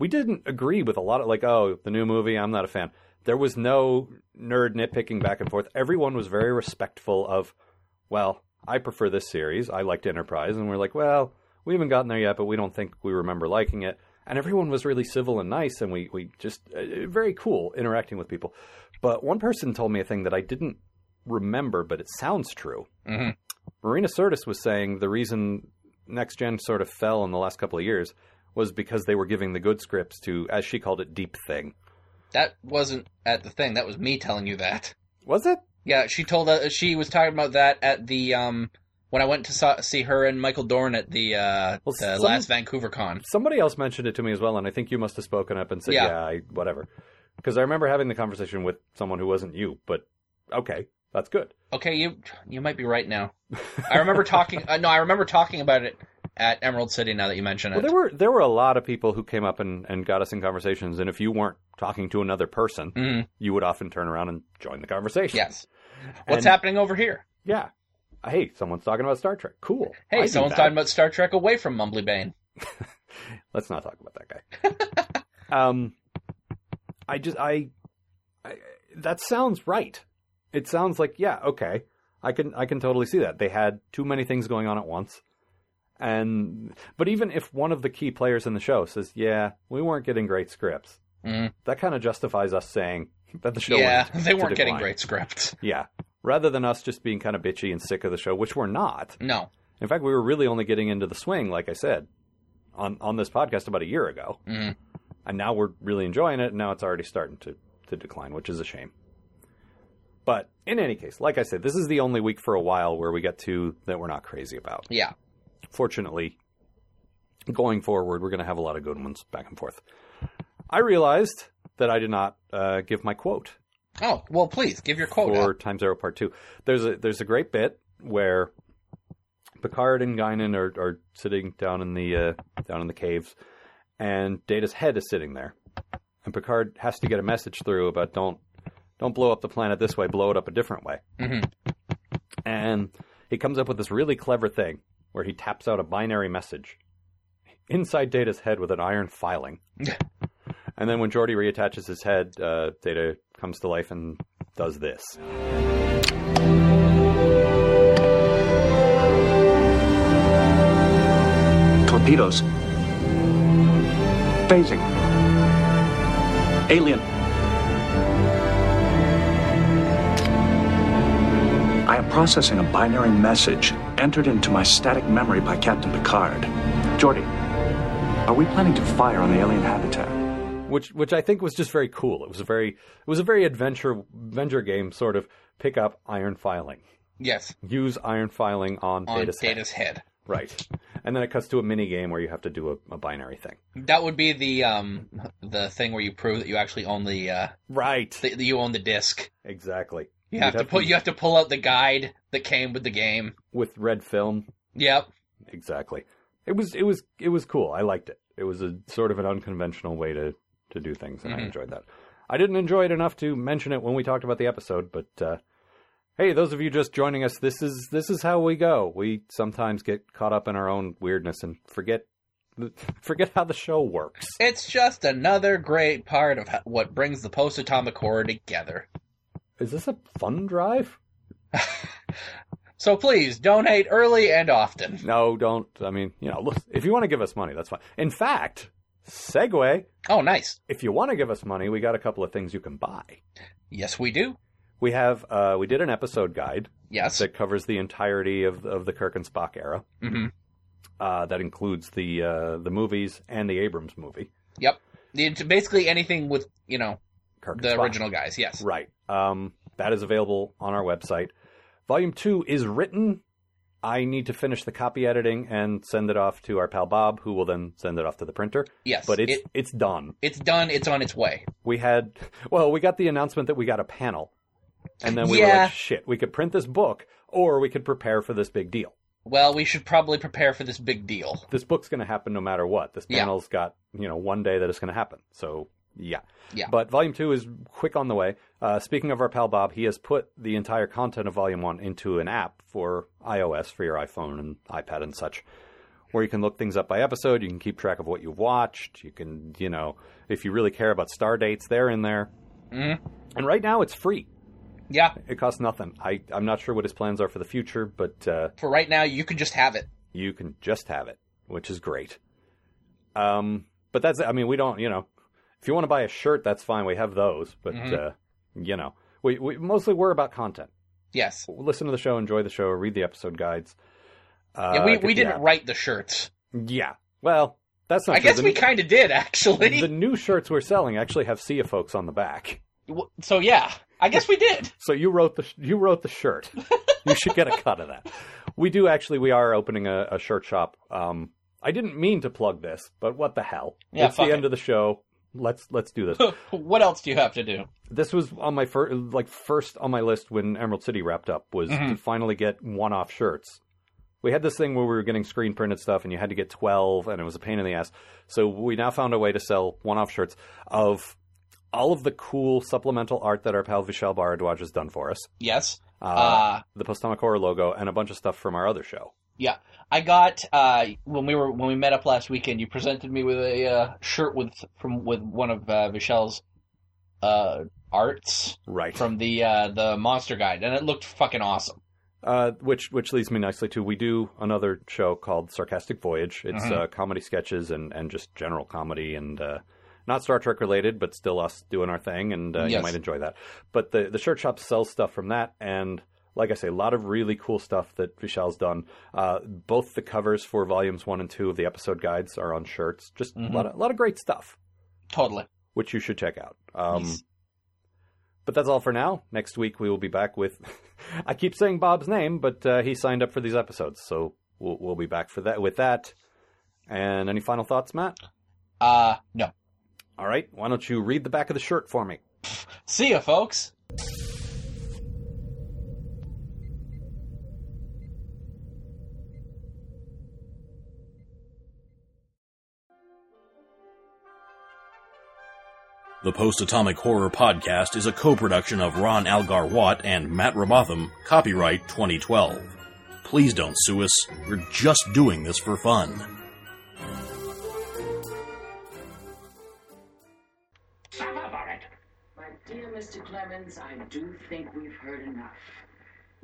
Speaker 2: We didn't agree with a lot of, like, oh, the new movie, I'm not a fan. There was no nerd nitpicking back and forth. Everyone was very respectful of, well, I prefer this series. I liked Enterprise. And we're like, well, we haven't gotten there yet, but we don't think we remember liking it. And everyone was really civil and nice, and we, we just, uh, very cool interacting with people. But one person told me a thing that I didn't remember, but it sounds true.
Speaker 3: Mhm.
Speaker 2: Marina Sirtis was saying the reason Next Gen sort of fell in the last couple of years was because they were giving the good scripts to, as she called it, deep thing.
Speaker 3: That wasn't at the thing. That was me telling you that.
Speaker 2: Was it?
Speaker 3: Yeah, she told. Uh, she was talking about that at the um when I went to saw, see her and Michael Dorn at the uh
Speaker 2: Well,
Speaker 3: the
Speaker 2: some-
Speaker 3: last Vancouver con.
Speaker 2: somebody else mentioned it to me as well, and I think you must have spoken up and said,
Speaker 3: Yeah.
Speaker 2: "Yeah, I, whatever." Because I remember having the conversation with someone who wasn't you, but okay, that's good.
Speaker 3: Okay, you you might be right now. I remember talking. Uh, no, I remember talking about it at Emerald City. Now that you mention it,
Speaker 2: Well, there were there were a lot of people who came up and, and got us in conversations, and if you weren't talking to another person,
Speaker 3: Mhm.
Speaker 2: you would often turn around and join the conversation.
Speaker 3: yes. What's
Speaker 2: And-
Speaker 3: happening over here?
Speaker 2: Yeah. Hey, someone's talking about Star Trek. Cool. I
Speaker 3: Hey,
Speaker 2: do
Speaker 3: someone's
Speaker 2: that.
Speaker 3: talking about Star Trek away from Mumbly Bane.
Speaker 2: Let's not talk about that guy. um, I just I, I that sounds right. It sounds like yeah, okay. I can I can totally see that. They had too many things going on at once. And but even if one of the key players in the show says, "Yeah, we weren't getting great scripts."
Speaker 3: Mm.
Speaker 2: That kind of justifies us saying that the show
Speaker 3: Yeah,
Speaker 2: went
Speaker 3: they
Speaker 2: to
Speaker 3: weren't getting
Speaker 2: decline.
Speaker 3: great scripts.
Speaker 2: Yeah. Rather than us just being kind of bitchy and sick of the show, which we're not.
Speaker 3: No.
Speaker 2: In fact, we were really only getting into the swing, like I said, on on this podcast about a year ago,
Speaker 3: Mm.
Speaker 2: and now we're really enjoying it. And now it's already starting to to decline, which is a shame. But in any case, like I said, this is the only week for a while where we get two that we're not crazy about.
Speaker 3: Yeah.
Speaker 2: Fortunately, going forward, we're going to have a lot of good ones back and forth. I realized that I did not uh, give my quote
Speaker 3: Oh well, please give your quote.
Speaker 2: or
Speaker 3: out.
Speaker 2: Time Zero Part Two. There's a there's a great bit where Picard and Guinan are, are sitting down in the uh, down in the caves, and Data's head is sitting there, and Picard has to get a message through about don't don't blow up the planet this way, blow it up a different way.
Speaker 3: Mhm.
Speaker 2: And he comes up with this really clever thing where he taps out a binary message inside Data's head with an iron filing. And then when Geordi reattaches his head, uh, Data comes to life and does this.
Speaker 4: Torpedoes. Phasing. Alien.
Speaker 6: I am processing a binary message entered into my static memory by Captain Picard. Jordy, are we planning to fire on the alien habitat?
Speaker 2: which which I think was just very cool. It was a very it was a very adventure adventure game sort of pick up iron filing.
Speaker 3: Yes,
Speaker 2: Use iron filing on,
Speaker 3: on
Speaker 2: data's head.
Speaker 3: Data's head.
Speaker 2: Right. And then it cuts to a mini game where you have to do a, a binary thing.
Speaker 3: That would be the um the thing where you prove that you actually own the uh
Speaker 2: Right.
Speaker 3: that you own the disc.
Speaker 2: Exactly.
Speaker 3: You
Speaker 2: You'd
Speaker 3: have to
Speaker 2: have
Speaker 3: put
Speaker 2: to-
Speaker 3: you have to pull out the guide that came with the game.
Speaker 2: With red film.
Speaker 3: Yep.
Speaker 2: Exactly. It was it was it was cool. I liked it. It was a sort of an unconventional way to to do things and I enjoyed that. I didn't enjoy it enough to mention it when we talked about the episode, but uh Hey, those of you just joining us, this is this is how we go. We sometimes get caught up in our own weirdness and forget forget how the show works.
Speaker 3: It's just another great part of ho- what brings the post-atomic horror together.
Speaker 2: Is this a fun drive?
Speaker 3: So please donate early and often.
Speaker 2: No, don't. I mean, you know, look, if you want to give us money, that's fine. In fact, segue,
Speaker 3: Oh, nice.
Speaker 2: if you want to give us money, we got a couple of things you can buy.
Speaker 3: Yes, we do.
Speaker 2: We have uh, we did an episode guide
Speaker 3: Yes.
Speaker 2: that covers the entirety of of the Kirk and Spock era.
Speaker 3: Mhm.
Speaker 2: Uh, that includes the uh, the movies and the Abrams movie.
Speaker 3: Yep. It's basically anything with you know
Speaker 2: Kirk
Speaker 3: the
Speaker 2: and Spock.
Speaker 3: original guys. Yes.
Speaker 2: Right. Um, that is available on our website. Volume two is written. I need to finish the copy editing and send it off to our pal Bob, who will then send it off to the printer.
Speaker 3: Yes.
Speaker 2: But it's
Speaker 3: it,
Speaker 2: it's done.
Speaker 3: it's done. It's on its way.
Speaker 2: we had well we got the announcement that we got a panel and then we were
Speaker 3: Yeah.
Speaker 2: like shit we could print this book or we could prepare for this big deal
Speaker 3: Well, we should probably prepare for this big deal.
Speaker 2: this book's going to happen no matter what this
Speaker 3: Yeah.
Speaker 2: panel's got you know one day that it's going to happen so yeah
Speaker 3: Yeah.
Speaker 2: but volume two is quick on the way uh, speaking of our pal bob he has put the entire content of volume one into an app for ios for your iphone and ipad and such where you can look things up by episode you can keep track of what you've watched you can you know if you really care about star dates they're in there
Speaker 3: Mm-hmm.
Speaker 2: and right now it's free
Speaker 3: Yeah.
Speaker 2: It costs nothing. I, I'm not sure what his plans are for the future, but uh,
Speaker 3: For right now, you can just have it.
Speaker 2: you can just have it, which is great. Um, but that's, I mean, we don't, you know, if you want to buy a shirt, that's fine. We have those, but,
Speaker 3: Mm-hmm.
Speaker 2: uh, you know, we, we mostly we're about content.
Speaker 3: Yes.
Speaker 2: Listen to the show, enjoy the show, read the episode guides. Uh,
Speaker 3: yeah, we,
Speaker 2: get
Speaker 3: we
Speaker 2: the
Speaker 3: didn't
Speaker 2: app.
Speaker 3: write the shirts.
Speaker 2: Yeah. Well, that's not
Speaker 3: I
Speaker 2: true.
Speaker 3: guess
Speaker 2: the,
Speaker 3: we kind of did, actually.
Speaker 2: the new shirts we're selling actually have Sia folks on the back.
Speaker 3: W- So, yeah. I guess we did.
Speaker 2: So you wrote the you wrote the shirt. you should get a cut of that. We do actually. We are opening a, a shirt shop. Um, I didn't mean to plug this, but what the hell?
Speaker 3: Yeah,
Speaker 2: it's the
Speaker 3: fuck
Speaker 2: end
Speaker 3: it.
Speaker 2: of the show. Let's let's do this.
Speaker 3: what else do you have to do?
Speaker 2: this was on my first like first on my list when Emerald City wrapped up was
Speaker 3: Mm-hmm.
Speaker 2: to finally get one off shirts. We had this thing where we were getting screen printed stuff, and you had to get twelve, and it was a pain in the ass. So we now found a way to sell one off shirts of all of the cool supplemental art that our pal Vishal Bharadwaj has done for us
Speaker 3: Yes. Uh,
Speaker 2: the Postomic Horror logo, and a bunch of stuff from our other show.
Speaker 3: yeah. I got uh, when we were when we met up last weekend. You presented me with a uh, shirt with from with one of uh, Vichelle's uh, arts
Speaker 2: Right.
Speaker 3: from the uh, the Monster Guide, and it looked fucking awesome.
Speaker 2: Uh, which which leads me nicely to we do another show called Sarcastic Voyage. It's uh, comedy sketches and, and just general comedy and uh, not Star Trek related, but still us doing our thing, and uh, you
Speaker 3: Yes.
Speaker 2: might enjoy that. But the the shirt shop sells stuff from that, and like I say, a lot of really cool stuff that Vishal's done. Uh, both the covers for volumes one and two of the episode guides are on shirts. Just a lot of, a lot of great stuff,
Speaker 3: Totally.
Speaker 2: which you should check out. Um,
Speaker 3: Yes.
Speaker 2: but that's all for now. Next week we will be back with. I keep saying Bob's name, but uh, he signed up for these episodes, so we'll, we'll be back for that with that. And any final thoughts, Matt?
Speaker 3: Uh, no.
Speaker 2: All right, why don't you read the back of the shirt for me?
Speaker 3: See ya, folks.
Speaker 1: The Post Atomic Horror Podcast is a co production of Ron Algar Watt and Matt Robotham, copyright 2012. Please don't sue us, we're just doing this for fun.
Speaker 7: My dear Mr. Clemens, I do think we've heard enough.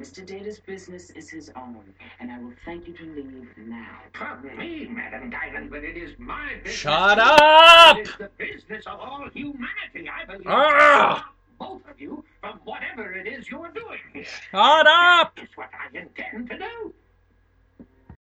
Speaker 7: Mr. Data's business is his own, and I will thank you to leave now.
Speaker 8: Pardon me, Madam Diamond, but it is my business.
Speaker 3: Shut up!
Speaker 8: It is the business of all humanity, I believe.
Speaker 3: Ah!
Speaker 8: Both of you, from whatever it is you're doing here.
Speaker 3: Shut up!
Speaker 8: It's what I intend to do.